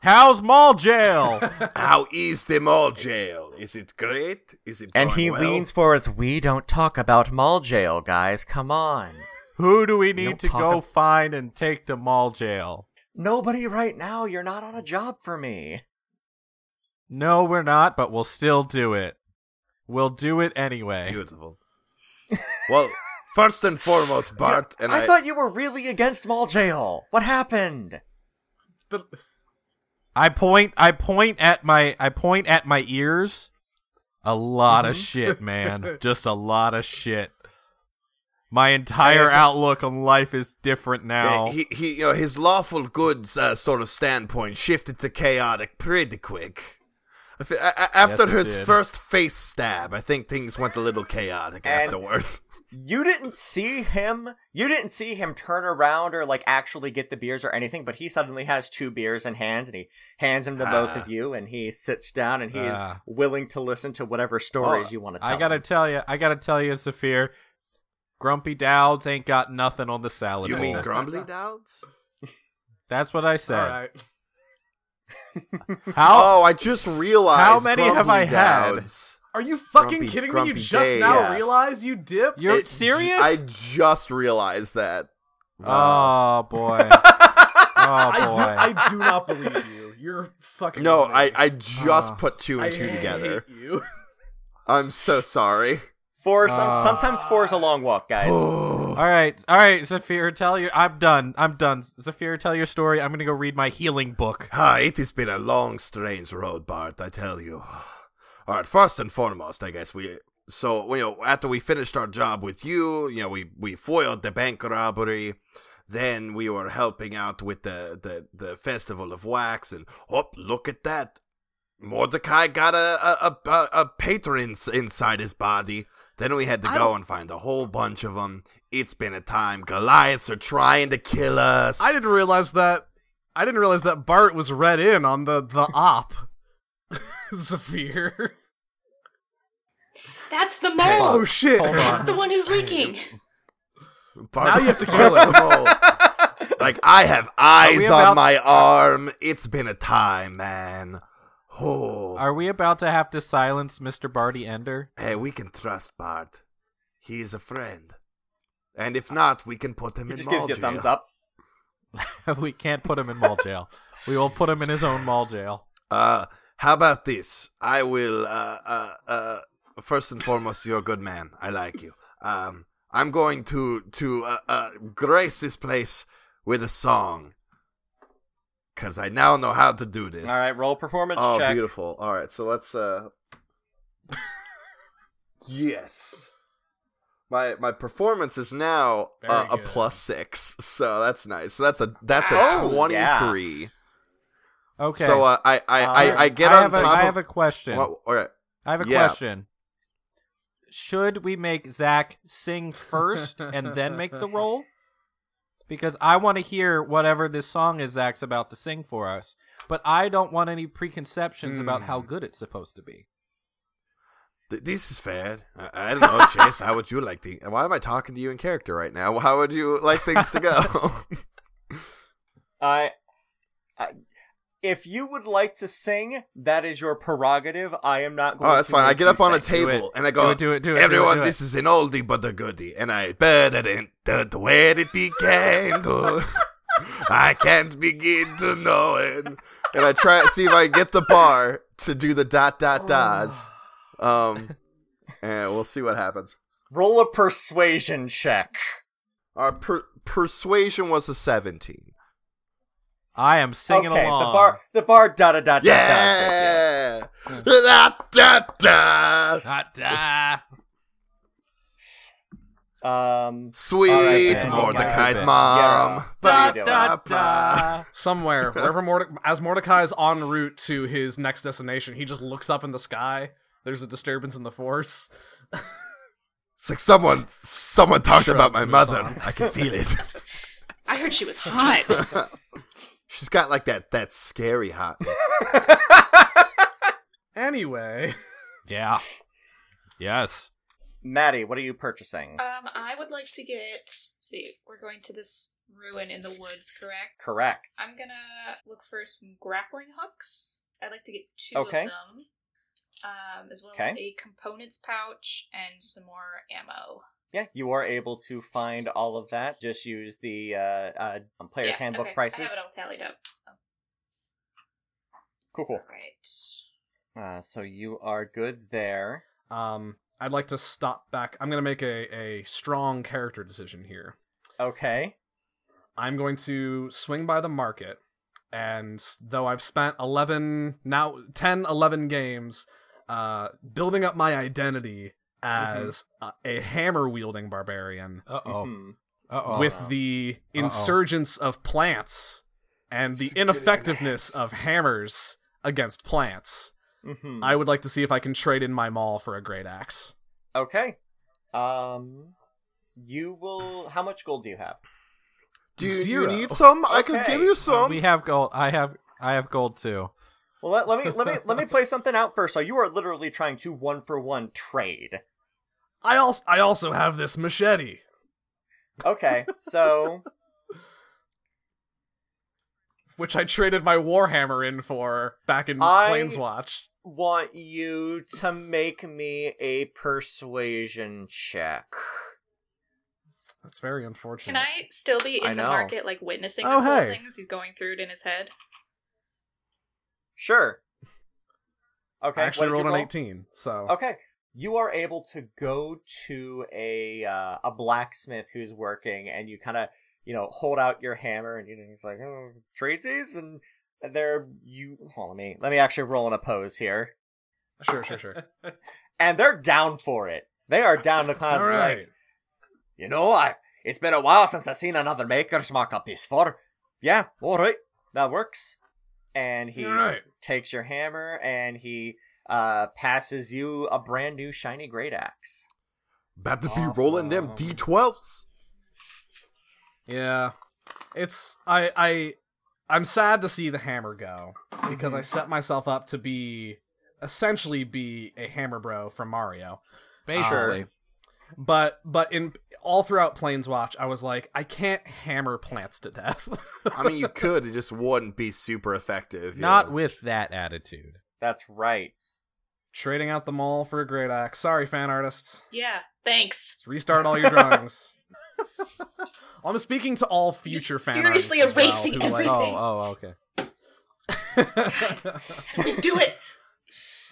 [SPEAKER 3] how's mall
[SPEAKER 2] Oh.
[SPEAKER 3] jail?
[SPEAKER 4] How is the mall jail? Is it great? Is it?
[SPEAKER 1] And
[SPEAKER 4] going
[SPEAKER 1] he
[SPEAKER 4] well?
[SPEAKER 1] leans forwards. We don't talk about mall jail, guys. Come on.
[SPEAKER 3] Who do we
[SPEAKER 1] We
[SPEAKER 3] need
[SPEAKER 1] don't
[SPEAKER 3] to
[SPEAKER 1] talk
[SPEAKER 3] go
[SPEAKER 1] ab-
[SPEAKER 3] find and take to mall jail?
[SPEAKER 1] Nobody right now. You're not on a job for me.
[SPEAKER 3] No, we're not, but we'll still do it. We'll do it anyway.
[SPEAKER 4] Beautiful. well, first and foremost, Bart and
[SPEAKER 1] I,
[SPEAKER 4] I.
[SPEAKER 1] thought you were really against mall jail. What happened?
[SPEAKER 2] But
[SPEAKER 3] I point I point at my I point at my ears. A lot
[SPEAKER 4] Mm-hmm.
[SPEAKER 3] of shit, man. Just a lot of shit. My entire outlook on life is different now.
[SPEAKER 4] Uh, he, he, you know, his lawful goods uh, sort of standpoint shifted to chaotic pretty quick. I thi- a- a- After
[SPEAKER 3] it
[SPEAKER 4] his
[SPEAKER 3] did.
[SPEAKER 4] first face stab, I think things went a little chaotic
[SPEAKER 1] And-
[SPEAKER 4] afterwards.
[SPEAKER 1] You didn't see him. You didn't see him turn around or like actually get the beers or anything. But he suddenly has two beers in hand, and he hands them to both
[SPEAKER 4] Ah.
[SPEAKER 1] of you. And he sits down, and he is
[SPEAKER 3] Ah.
[SPEAKER 1] willing to listen to whatever stories
[SPEAKER 4] Oh,
[SPEAKER 1] you want to tell.
[SPEAKER 3] I gotta
[SPEAKER 1] him.
[SPEAKER 3] tell you, I gotta tell you, Saphir, Grumpy Dowds ain't got nothing on the salad.
[SPEAKER 4] You mean
[SPEAKER 3] bowl.
[SPEAKER 4] grumbly doubts?
[SPEAKER 3] That's what I said.
[SPEAKER 2] all right,
[SPEAKER 3] How?
[SPEAKER 4] oh, I just realized.
[SPEAKER 3] how many have
[SPEAKER 4] Grumbly
[SPEAKER 3] I had?
[SPEAKER 4] Doubts.
[SPEAKER 2] are you fucking
[SPEAKER 4] Grumpy-
[SPEAKER 2] kidding me? You
[SPEAKER 4] grumpy
[SPEAKER 2] just
[SPEAKER 4] days.
[SPEAKER 2] now
[SPEAKER 4] Yeah.
[SPEAKER 2] realize you dip?
[SPEAKER 3] You're
[SPEAKER 4] It-
[SPEAKER 3] serious?
[SPEAKER 4] I just realized that. Uh, Wow.
[SPEAKER 3] Oh boy.
[SPEAKER 2] I
[SPEAKER 3] Oh boy.
[SPEAKER 2] do. I do not believe you. You're fucking.
[SPEAKER 4] no, I,
[SPEAKER 2] amazing.
[SPEAKER 4] I just
[SPEAKER 3] Ah.
[SPEAKER 4] put two
[SPEAKER 2] I
[SPEAKER 4] and two
[SPEAKER 2] hate
[SPEAKER 4] together.
[SPEAKER 2] You.
[SPEAKER 4] I'm so sorry.
[SPEAKER 1] Four. Some,
[SPEAKER 3] Ah.
[SPEAKER 1] sometimes four is a long walk, guys.
[SPEAKER 4] Oh,
[SPEAKER 3] all right, all right, Zephyr, tell your. I'm done. I'm done. Zephyr, tell your story. I'm gonna go read my healing book.
[SPEAKER 4] ah, it has been a long, strange road, Bart. I tell you. All right, first and foremost, I guess we. So you know, after we finished our job with you, you know, we we foiled the bank robbery. Then we were helping out with the the, the festival of wax, and oh, look at that! Mordecai got a a, a, a patron ins- inside his body. Then we had to
[SPEAKER 2] I
[SPEAKER 4] go
[SPEAKER 2] don't-
[SPEAKER 4] and find a whole bunch of them. It's been a time. Goliaths are trying to kill us.
[SPEAKER 2] I didn't realize that. I didn't realize that Bart was read in on the the op. Zephyr.
[SPEAKER 5] That's the mole.
[SPEAKER 2] Oh shit!
[SPEAKER 3] Hold on.
[SPEAKER 5] That's the one who's leaking.
[SPEAKER 4] Bart-
[SPEAKER 2] Now you have to kill
[SPEAKER 4] Bart's the mole. Like I have eyes on my arm. It's been a time, man. Oh,
[SPEAKER 3] Are we about to have to silence Mr. Barty Ender?
[SPEAKER 4] hey, we can trust Bart. He is a friend, and if not, we can put him
[SPEAKER 1] He
[SPEAKER 4] in
[SPEAKER 1] just gives you a
[SPEAKER 4] Maldrea.
[SPEAKER 1] thumbs up.
[SPEAKER 3] we can't put him in mall jail. We will put him in his own mall jail.
[SPEAKER 4] Uh, how about this? I will. Uh, uh, uh, first and foremost, you're a good man. I like you. Um, I'm going to to uh, uh, grace this place with a song, cause I now know how to do this.
[SPEAKER 1] All right, roll performance
[SPEAKER 4] Oh,
[SPEAKER 1] check.
[SPEAKER 4] beautiful. All right, so let's. uh Yes. My my performance is now uh,
[SPEAKER 2] Very
[SPEAKER 4] a
[SPEAKER 2] good.
[SPEAKER 4] plus six, so that's nice. So that's a that's a
[SPEAKER 1] Oh,
[SPEAKER 4] twenty
[SPEAKER 1] yeah.
[SPEAKER 4] three.
[SPEAKER 3] Okay.
[SPEAKER 4] So uh, I I,
[SPEAKER 3] Uh,
[SPEAKER 4] I I get on
[SPEAKER 3] have a-
[SPEAKER 4] top.
[SPEAKER 3] I
[SPEAKER 4] of,
[SPEAKER 3] have a question.
[SPEAKER 4] What- all right.
[SPEAKER 3] I have a
[SPEAKER 4] Yeah.
[SPEAKER 3] question. Should we make Zach sing first and then make the roll? Because I want to hear whatever this song is Zach's about to sing for us. But I don't want any preconceptions about
[SPEAKER 1] Hmm.
[SPEAKER 3] how good it's supposed to be.
[SPEAKER 4] Th- This is fair. I, I don't know, Chase. How would you like the? Why am I talking to you in character right now? How would you like things to go?
[SPEAKER 1] I, I, if you would like to sing, that is your prerogative. I am not going.
[SPEAKER 4] oh, that's
[SPEAKER 1] to
[SPEAKER 4] fine. I
[SPEAKER 1] make
[SPEAKER 4] get
[SPEAKER 1] you
[SPEAKER 4] up on a
[SPEAKER 1] sing.
[SPEAKER 3] Do it.
[SPEAKER 4] table and I
[SPEAKER 3] Do
[SPEAKER 4] go,
[SPEAKER 3] it, do it, do it.
[SPEAKER 4] "Everyone,
[SPEAKER 3] do it, do
[SPEAKER 4] this is an oldie but a goodie," and I better than the, the way that began. to- I can't begin to know it. And I try to see if I can get the bar to do the dot dot dots. Um, and we'll see what happens.
[SPEAKER 1] Roll a persuasion check.
[SPEAKER 4] Our per- persuasion was a seventeen.
[SPEAKER 3] I am singing
[SPEAKER 1] okay,
[SPEAKER 3] along.
[SPEAKER 1] the bar, the bar, da da da da, da.
[SPEAKER 4] Yeah. Da, da, da.
[SPEAKER 3] Not, uh,
[SPEAKER 1] da. Um,
[SPEAKER 4] Sweet
[SPEAKER 1] man.
[SPEAKER 4] Mordecai's
[SPEAKER 3] Yeah.
[SPEAKER 4] mom.
[SPEAKER 1] Yeah.
[SPEAKER 4] Ba, da, ba.
[SPEAKER 2] Somewhere, wherever Morde- as Mordecai's en route to his next destination, he just looks up in the sky. There's a disturbance in the force.
[SPEAKER 4] It's like someone someone talked
[SPEAKER 2] Shrug
[SPEAKER 4] about my
[SPEAKER 2] moves
[SPEAKER 4] mother.
[SPEAKER 2] on.
[SPEAKER 4] I can feel it.
[SPEAKER 5] I heard she was hot.
[SPEAKER 4] She's got like that that scary hot.
[SPEAKER 2] Anyway,
[SPEAKER 3] yeah. Yes.
[SPEAKER 1] Maddie, what are you purchasing?
[SPEAKER 5] Um, I would like to get. let's see, we're going to this ruin in the woods, correct?
[SPEAKER 1] Correct.
[SPEAKER 5] I'm gonna look for some grappling hooks. I'd like to get two
[SPEAKER 1] Okay.
[SPEAKER 5] of them, um, as well as
[SPEAKER 1] Okay.
[SPEAKER 5] a components pouch and some more ammo.
[SPEAKER 1] Yeah, you are able to find all of that. Just use the uh, uh, player's
[SPEAKER 5] Yeah,
[SPEAKER 1] handbook
[SPEAKER 5] okay. I
[SPEAKER 1] prices.
[SPEAKER 5] have it all tallied up. So.
[SPEAKER 1] Cool, cool.
[SPEAKER 5] All right.
[SPEAKER 1] Uh, so you are good there.
[SPEAKER 2] um, I'd like to stop back. I'm gonna make a a strong character decision here.
[SPEAKER 1] Okay.
[SPEAKER 2] I'm going to swing by the market, and though I've spent 11, now 10, 11 games uh, building up my identity as a, a hammer wielding barbarian
[SPEAKER 3] Uh oh.
[SPEAKER 1] Mhm.
[SPEAKER 3] Uh oh.
[SPEAKER 2] with the insurgence of plants and the
[SPEAKER 4] Just get an
[SPEAKER 2] ineffectiveness
[SPEAKER 4] axe.
[SPEAKER 2] of hammers against plants,
[SPEAKER 1] Mhm.
[SPEAKER 2] I would like to see if I can trade in my maul for a great axe.
[SPEAKER 1] Okay. Um, you will. How much gold do you have?
[SPEAKER 4] Do you, you
[SPEAKER 2] Zero. Um,
[SPEAKER 4] need some? I can
[SPEAKER 1] Okay.
[SPEAKER 4] give you some.
[SPEAKER 3] we have gold. I have. I have gold too.
[SPEAKER 1] Well, let, let me let me let me play something out first. So you are literally trying to one for one trade.
[SPEAKER 2] I also I also have this machete.
[SPEAKER 1] Okay, so
[SPEAKER 2] Which I traded my warhammer in for back in
[SPEAKER 1] I-
[SPEAKER 2] Planeswatch.
[SPEAKER 1] want you to make me a persuasion check.
[SPEAKER 2] That's very unfortunate.
[SPEAKER 5] Can I still be in
[SPEAKER 1] I
[SPEAKER 5] the
[SPEAKER 1] know.
[SPEAKER 5] market, like witnessing
[SPEAKER 2] Oh,
[SPEAKER 5] this whole
[SPEAKER 2] hey.
[SPEAKER 5] thing as he's going through it in his head?
[SPEAKER 1] Sure. Okay.
[SPEAKER 2] I
[SPEAKER 1] what
[SPEAKER 2] actually
[SPEAKER 1] did you
[SPEAKER 2] rolled an
[SPEAKER 1] roll?
[SPEAKER 2] 18, so
[SPEAKER 1] Okay. You are able to go to a uh, a blacksmith who's working, and you kind of you know hold out your hammer, and you know, he's like, "Oh, tradesies," and they're you. Hold on, let me let me actually roll an oppose here,
[SPEAKER 2] sure, sure, sure.
[SPEAKER 1] and they're down for it. They are down to kind
[SPEAKER 2] All
[SPEAKER 1] of
[SPEAKER 2] right.
[SPEAKER 1] like, you know, I it's been a while since I've seen another maker's mark up this far. Yeah, all right, that works. And he
[SPEAKER 2] All right.
[SPEAKER 1] takes your hammer, and he uh passes you a brand new shiny great axe.
[SPEAKER 4] About to be rolling them
[SPEAKER 2] Awesome.
[SPEAKER 4] d12s.
[SPEAKER 2] Yeah. It's I I I'm sad to see the hammer go because I
[SPEAKER 1] Mhm.
[SPEAKER 2] set myself up to be essentially be a hammer bro from Mario.
[SPEAKER 3] Basically.
[SPEAKER 2] Um, but but in all throughout Planes Watch, I was like, I can't hammer plants to death.
[SPEAKER 4] I mean, you could. It just wouldn't be super effective. you
[SPEAKER 3] Not
[SPEAKER 4] know.
[SPEAKER 3] with that attitude.
[SPEAKER 1] That's right.
[SPEAKER 2] Trading out the mall for a great axe. Sorry, fan artists.
[SPEAKER 5] Yeah, thanks.
[SPEAKER 2] Let's restart all your drawings. I'm speaking to all future
[SPEAKER 5] Just
[SPEAKER 2] fan
[SPEAKER 5] seriously
[SPEAKER 2] artists as
[SPEAKER 5] erasing
[SPEAKER 2] well, who, like-
[SPEAKER 3] Oh,
[SPEAKER 5] Everything.
[SPEAKER 3] oh, okay.
[SPEAKER 5] Do it.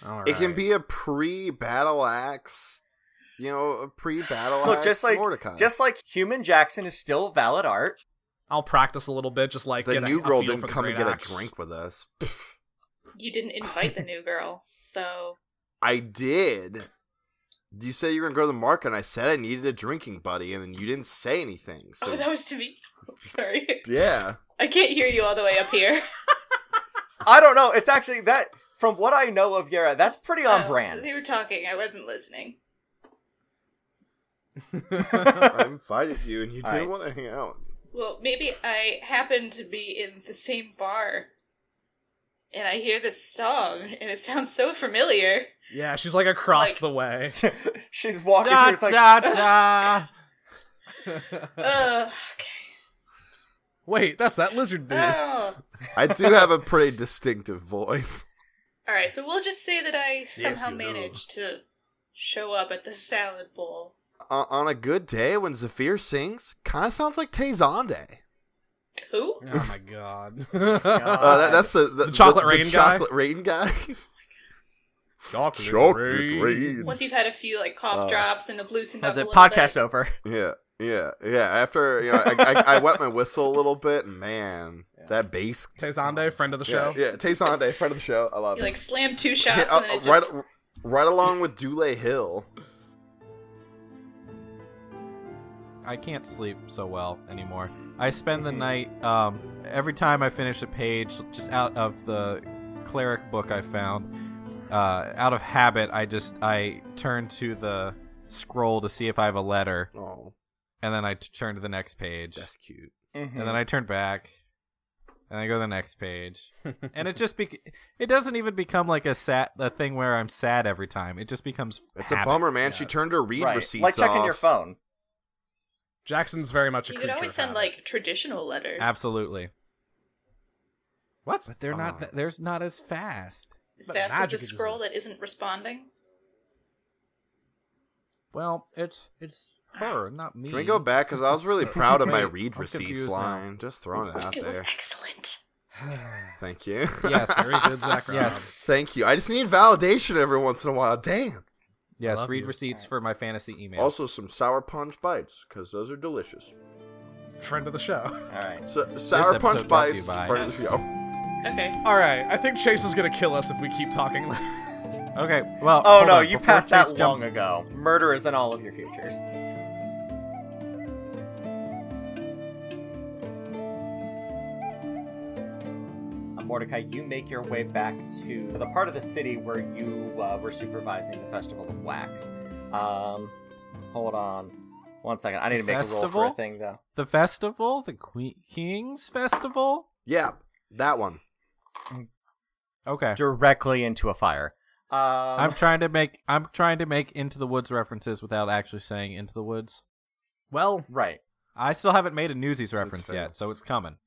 [SPEAKER 2] All
[SPEAKER 4] It can
[SPEAKER 2] right.
[SPEAKER 4] be a pre-battle axe. You know, a pre-battle
[SPEAKER 1] Look,
[SPEAKER 4] axe.
[SPEAKER 1] just like-
[SPEAKER 4] Mordecai.
[SPEAKER 1] Just like human Jackson is still valid art.
[SPEAKER 2] I'll practice a little bit, just like
[SPEAKER 4] the
[SPEAKER 2] get a-
[SPEAKER 4] new
[SPEAKER 2] a
[SPEAKER 4] girl
[SPEAKER 2] feel
[SPEAKER 4] didn't
[SPEAKER 2] for the
[SPEAKER 4] come and
[SPEAKER 2] great
[SPEAKER 4] get
[SPEAKER 2] axe.
[SPEAKER 4] a drink with us.
[SPEAKER 5] You didn't invite the new girl, so
[SPEAKER 4] I did. You said you were gonna go to the market, and I said I needed a drinking buddy, and then you didn't say anything. So
[SPEAKER 5] oh, that was to me. Sorry,
[SPEAKER 4] yeah,
[SPEAKER 5] I can't hear you all the way up here.
[SPEAKER 1] I don't know. It's actually that from what I know of Yara, that's pretty on
[SPEAKER 5] Oh,
[SPEAKER 1] brand.
[SPEAKER 5] You were talking. I wasn't listening.
[SPEAKER 4] I invited you, and you
[SPEAKER 1] All
[SPEAKER 4] didn't
[SPEAKER 1] right.
[SPEAKER 4] want to hang out.
[SPEAKER 5] Well, maybe I happen to be in the same bar, and I hear this song, and it sounds so familiar.
[SPEAKER 2] Yeah, she's like across
[SPEAKER 5] Like-
[SPEAKER 2] the way.
[SPEAKER 1] She's walking
[SPEAKER 3] Da,
[SPEAKER 1] through it's like
[SPEAKER 3] da, da.
[SPEAKER 5] Ugh, okay.
[SPEAKER 2] Wait, that's that lizard dude.
[SPEAKER 5] Oh.
[SPEAKER 4] I do have a pretty distinctive voice.
[SPEAKER 5] All right, so we'll just say that I somehow
[SPEAKER 2] you do.
[SPEAKER 5] managed to show up at the salad bowl.
[SPEAKER 4] O- on a good day, when Zafir sings, kind of sounds like Tezande.
[SPEAKER 5] Who?
[SPEAKER 2] oh my god.
[SPEAKER 4] Uh, that, that's the,
[SPEAKER 2] The chocolate rain
[SPEAKER 4] the
[SPEAKER 2] guy?
[SPEAKER 4] Chocolate rain guy.
[SPEAKER 2] Chocolate,
[SPEAKER 5] Once you've had a few like cough
[SPEAKER 4] Oh.
[SPEAKER 5] drops and have loosened
[SPEAKER 1] Have
[SPEAKER 5] up
[SPEAKER 1] the
[SPEAKER 5] a little bit.
[SPEAKER 1] podcast over.
[SPEAKER 4] Yeah, yeah, yeah. After you know, I, I, I wet my whistle a little bit, and man, that bass.
[SPEAKER 2] Tezande, friend of the show.
[SPEAKER 4] Yeah, yeah Tezande, friend of the show. I love
[SPEAKER 5] You
[SPEAKER 4] it.
[SPEAKER 5] like slam two
[SPEAKER 4] Yeah,
[SPEAKER 5] shots
[SPEAKER 4] uh,
[SPEAKER 5] and then it
[SPEAKER 4] right,
[SPEAKER 5] just
[SPEAKER 4] right along with Dule Hill.
[SPEAKER 3] I can't sleep so well anymore. I spend the night um, every time I finish a page, just out of the cleric book I found. Uh, out of habit, I just I turn to the scroll to see if I have a letter,
[SPEAKER 4] Oh,
[SPEAKER 3] and then I t- turn to the next page,
[SPEAKER 4] that's cute.
[SPEAKER 1] Mm-hmm.
[SPEAKER 3] and then I turn back, and I go to the next page, and it just be- it doesn't even become like a sad a thing where I'm sad every time. It just becomes
[SPEAKER 4] It's a
[SPEAKER 3] habit.
[SPEAKER 4] bummer, man. She turned her read
[SPEAKER 1] Right.
[SPEAKER 4] receipts
[SPEAKER 1] like checking your
[SPEAKER 4] off.
[SPEAKER 1] phone.
[SPEAKER 2] Jackson's very much a
[SPEAKER 5] you
[SPEAKER 2] creature.
[SPEAKER 5] could always
[SPEAKER 2] of
[SPEAKER 5] send
[SPEAKER 2] habit.
[SPEAKER 5] like traditional letters.
[SPEAKER 3] Absolutely,
[SPEAKER 2] what?
[SPEAKER 3] but they're not
[SPEAKER 4] Oh.
[SPEAKER 3] th- there's not as fast.
[SPEAKER 5] As
[SPEAKER 2] But
[SPEAKER 5] fast as a
[SPEAKER 2] magic
[SPEAKER 5] scroll that
[SPEAKER 2] exists.
[SPEAKER 5] isn't responding.
[SPEAKER 3] Well, it's it's her, not me.
[SPEAKER 4] Can we go back? Because I was really proud of my
[SPEAKER 3] Wait,
[SPEAKER 4] read
[SPEAKER 3] I'm
[SPEAKER 4] receipts
[SPEAKER 3] confused now.
[SPEAKER 4] line. Just throwing it out
[SPEAKER 5] It was
[SPEAKER 4] there.
[SPEAKER 5] excellent.
[SPEAKER 4] Thank you.
[SPEAKER 3] Yes,
[SPEAKER 2] Very good, Zach. Robb.
[SPEAKER 3] Yes.
[SPEAKER 4] Thank you. I just need validation every once in a while. Damn.
[SPEAKER 3] Yes,
[SPEAKER 2] Love
[SPEAKER 3] read
[SPEAKER 2] you.
[SPEAKER 3] receipts for my fantasy email.
[SPEAKER 4] Also, some sour punch bites because those are delicious.
[SPEAKER 2] friend of the show.
[SPEAKER 1] All right.
[SPEAKER 4] So, sour
[SPEAKER 3] episode
[SPEAKER 4] punch
[SPEAKER 3] brought to you
[SPEAKER 4] bites
[SPEAKER 3] by-
[SPEAKER 4] in front of the show.
[SPEAKER 5] Okay.
[SPEAKER 2] All right, I think Chase is gonna kill us if we keep talking.
[SPEAKER 3] okay, well.
[SPEAKER 1] Oh
[SPEAKER 3] hold
[SPEAKER 1] no,
[SPEAKER 3] on,
[SPEAKER 1] you
[SPEAKER 3] before
[SPEAKER 1] passed
[SPEAKER 3] Chase
[SPEAKER 1] that long
[SPEAKER 3] jumps-
[SPEAKER 1] ago. Murder is in all of your futures. Uh, Mordecai, you make your way back to the part of the city where you uh, were supervising the Festival of Wax. Um, hold on one second. I need to make a roll for
[SPEAKER 3] Festival?
[SPEAKER 1] a thing, though.
[SPEAKER 3] The festival, the Queen Kings Festival.
[SPEAKER 4] Yeah, that one.
[SPEAKER 3] Okay,
[SPEAKER 1] Directly into a fire. Um,
[SPEAKER 3] I'm trying to make I'm trying to make Into the Woods references without actually saying Into the Woods.
[SPEAKER 2] well,
[SPEAKER 1] right,
[SPEAKER 3] I still haven't made a Newsies reference
[SPEAKER 4] fair.
[SPEAKER 3] yet, so it's coming.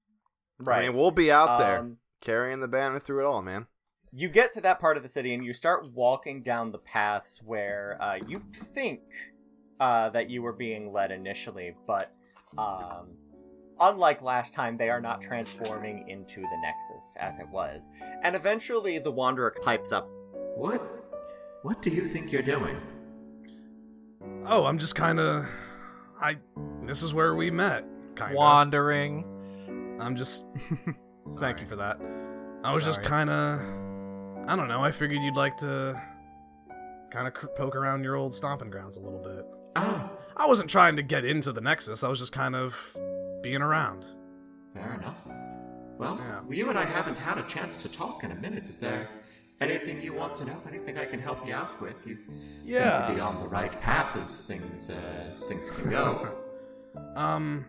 [SPEAKER 1] right.
[SPEAKER 4] I mean, we'll be out there
[SPEAKER 1] Um,
[SPEAKER 4] carrying the banner through it all, man.
[SPEAKER 1] you get to that part of the city and you start walking down the paths where uh, you think uh, that you were being led initially, but um, unlike last time, they are not transforming into the Nexus as it was. And eventually, the Wanderer pipes up.
[SPEAKER 6] What? What do you think you're doing?
[SPEAKER 2] oh, I'm just kind of, I. This is where we met. Kind of.
[SPEAKER 3] Wandering.
[SPEAKER 2] I'm just. Thank you for that. I was just
[SPEAKER 3] Sorry.
[SPEAKER 2] kind of. I don't know. I figured you'd like to kind of cr- poke around your old stomping grounds a little bit.
[SPEAKER 6] Oh,
[SPEAKER 2] I wasn't trying to get into the Nexus. I was just kind of being around.
[SPEAKER 6] fair enough. Well,
[SPEAKER 2] Yeah.
[SPEAKER 6] you and I haven't had a chance to talk in a minute. Is there anything you want to know? Anything I can help you out with? You seem
[SPEAKER 2] Yeah.
[SPEAKER 6] to be on the right path as things uh, as things can go.
[SPEAKER 2] Um,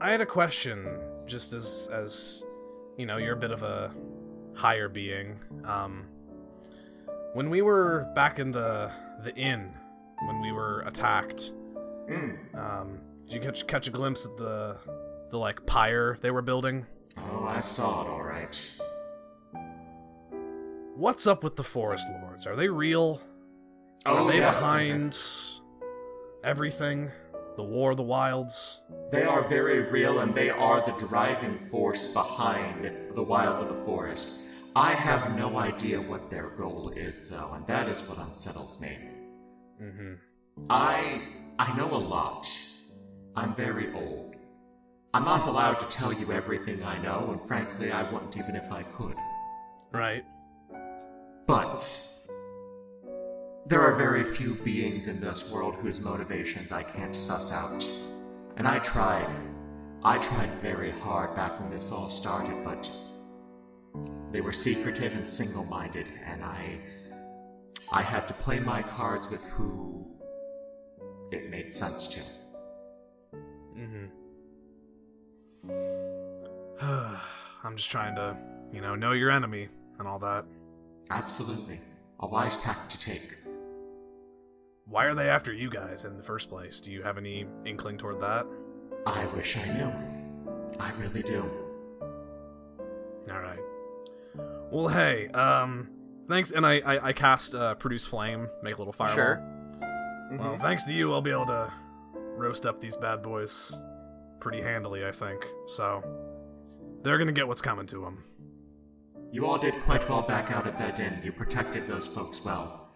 [SPEAKER 2] I had a question. Just as as you know, you're a bit of a higher being. Um, when we were back in the the inn, when we were attacked,
[SPEAKER 6] Mm.
[SPEAKER 2] Um, did you catch catch a glimpse at the the like pyre they were building?
[SPEAKER 6] Oh, I saw it all right.
[SPEAKER 2] What's up with the forest lords? Are they real? Are
[SPEAKER 6] Oh,
[SPEAKER 2] they
[SPEAKER 6] yes,
[SPEAKER 2] behind everything? The war, of the wilds.
[SPEAKER 6] They are very real and they are the driving force behind the wilds of the forest. I have no idea what their goal is, though, and that is what unsettles me.
[SPEAKER 2] Mm-hmm.
[SPEAKER 6] I I know a lot. I'm very old. I'm not allowed to tell you everything I know, and frankly, I wouldn't even if I could.
[SPEAKER 2] Right.
[SPEAKER 6] But there are very few beings in this world whose motivations I can't suss out. And I tried. I tried very hard back when this all started, but they were secretive and single-minded, and I I had to play my cards with who it made sense to.
[SPEAKER 2] Mm-hmm. I'm just trying to, you know, know your enemy and all that.
[SPEAKER 6] Absolutely. A wise tack to take.
[SPEAKER 2] Why are they after you guys in the first place? Do you have any inkling toward that?
[SPEAKER 6] I wish I knew. I really do.
[SPEAKER 2] All right. Well, hey, um, thanks. And I, I, I cast uh, produce flame, make a little fireball.
[SPEAKER 1] Sure. Mm-hmm.
[SPEAKER 2] Well, thanks to you, I'll be able to roast up these bad boys pretty handily, I think. So they're gonna get what's coming to them.
[SPEAKER 6] You all did quite well back out at that end. You protected those folks well.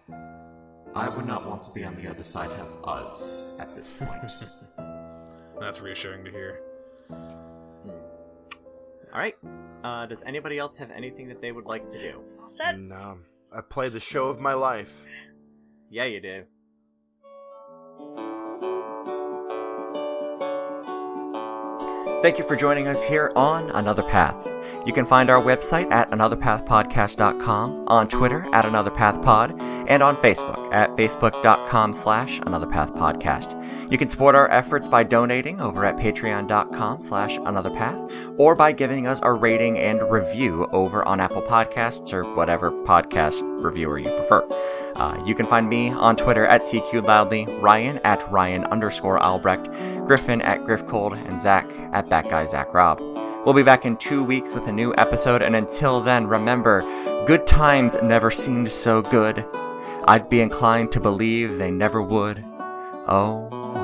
[SPEAKER 6] I would not want to be on the other side of us at this point.
[SPEAKER 2] That's reassuring to hear.
[SPEAKER 1] All right. Uh, does anybody else have anything that they would like to do?
[SPEAKER 5] All set?
[SPEAKER 4] No, I played the show of my life.
[SPEAKER 1] Yeah, you do. Thank you for joining us here on Another Path. You can find our website at anotherpathpodcast.com, on Twitter at anotherpathpod, and on Facebook at facebook.com slash anotherpathpodcast. You can support our efforts by donating over at patreon.com slash anotherpath, or by giving us a rating and review over on Apple Podcasts or whatever podcast reviewer you prefer. Uh, you can find me on Twitter at TQLoudly, Ryan at Ryan underscore Albrecht, Griffin at Griffcold, and Zach at that guy Zach Rob. We'll be back in two weeks with a new episode, and until then, remember, good times never seemed so good. I'd be inclined to believe they never would. Oh,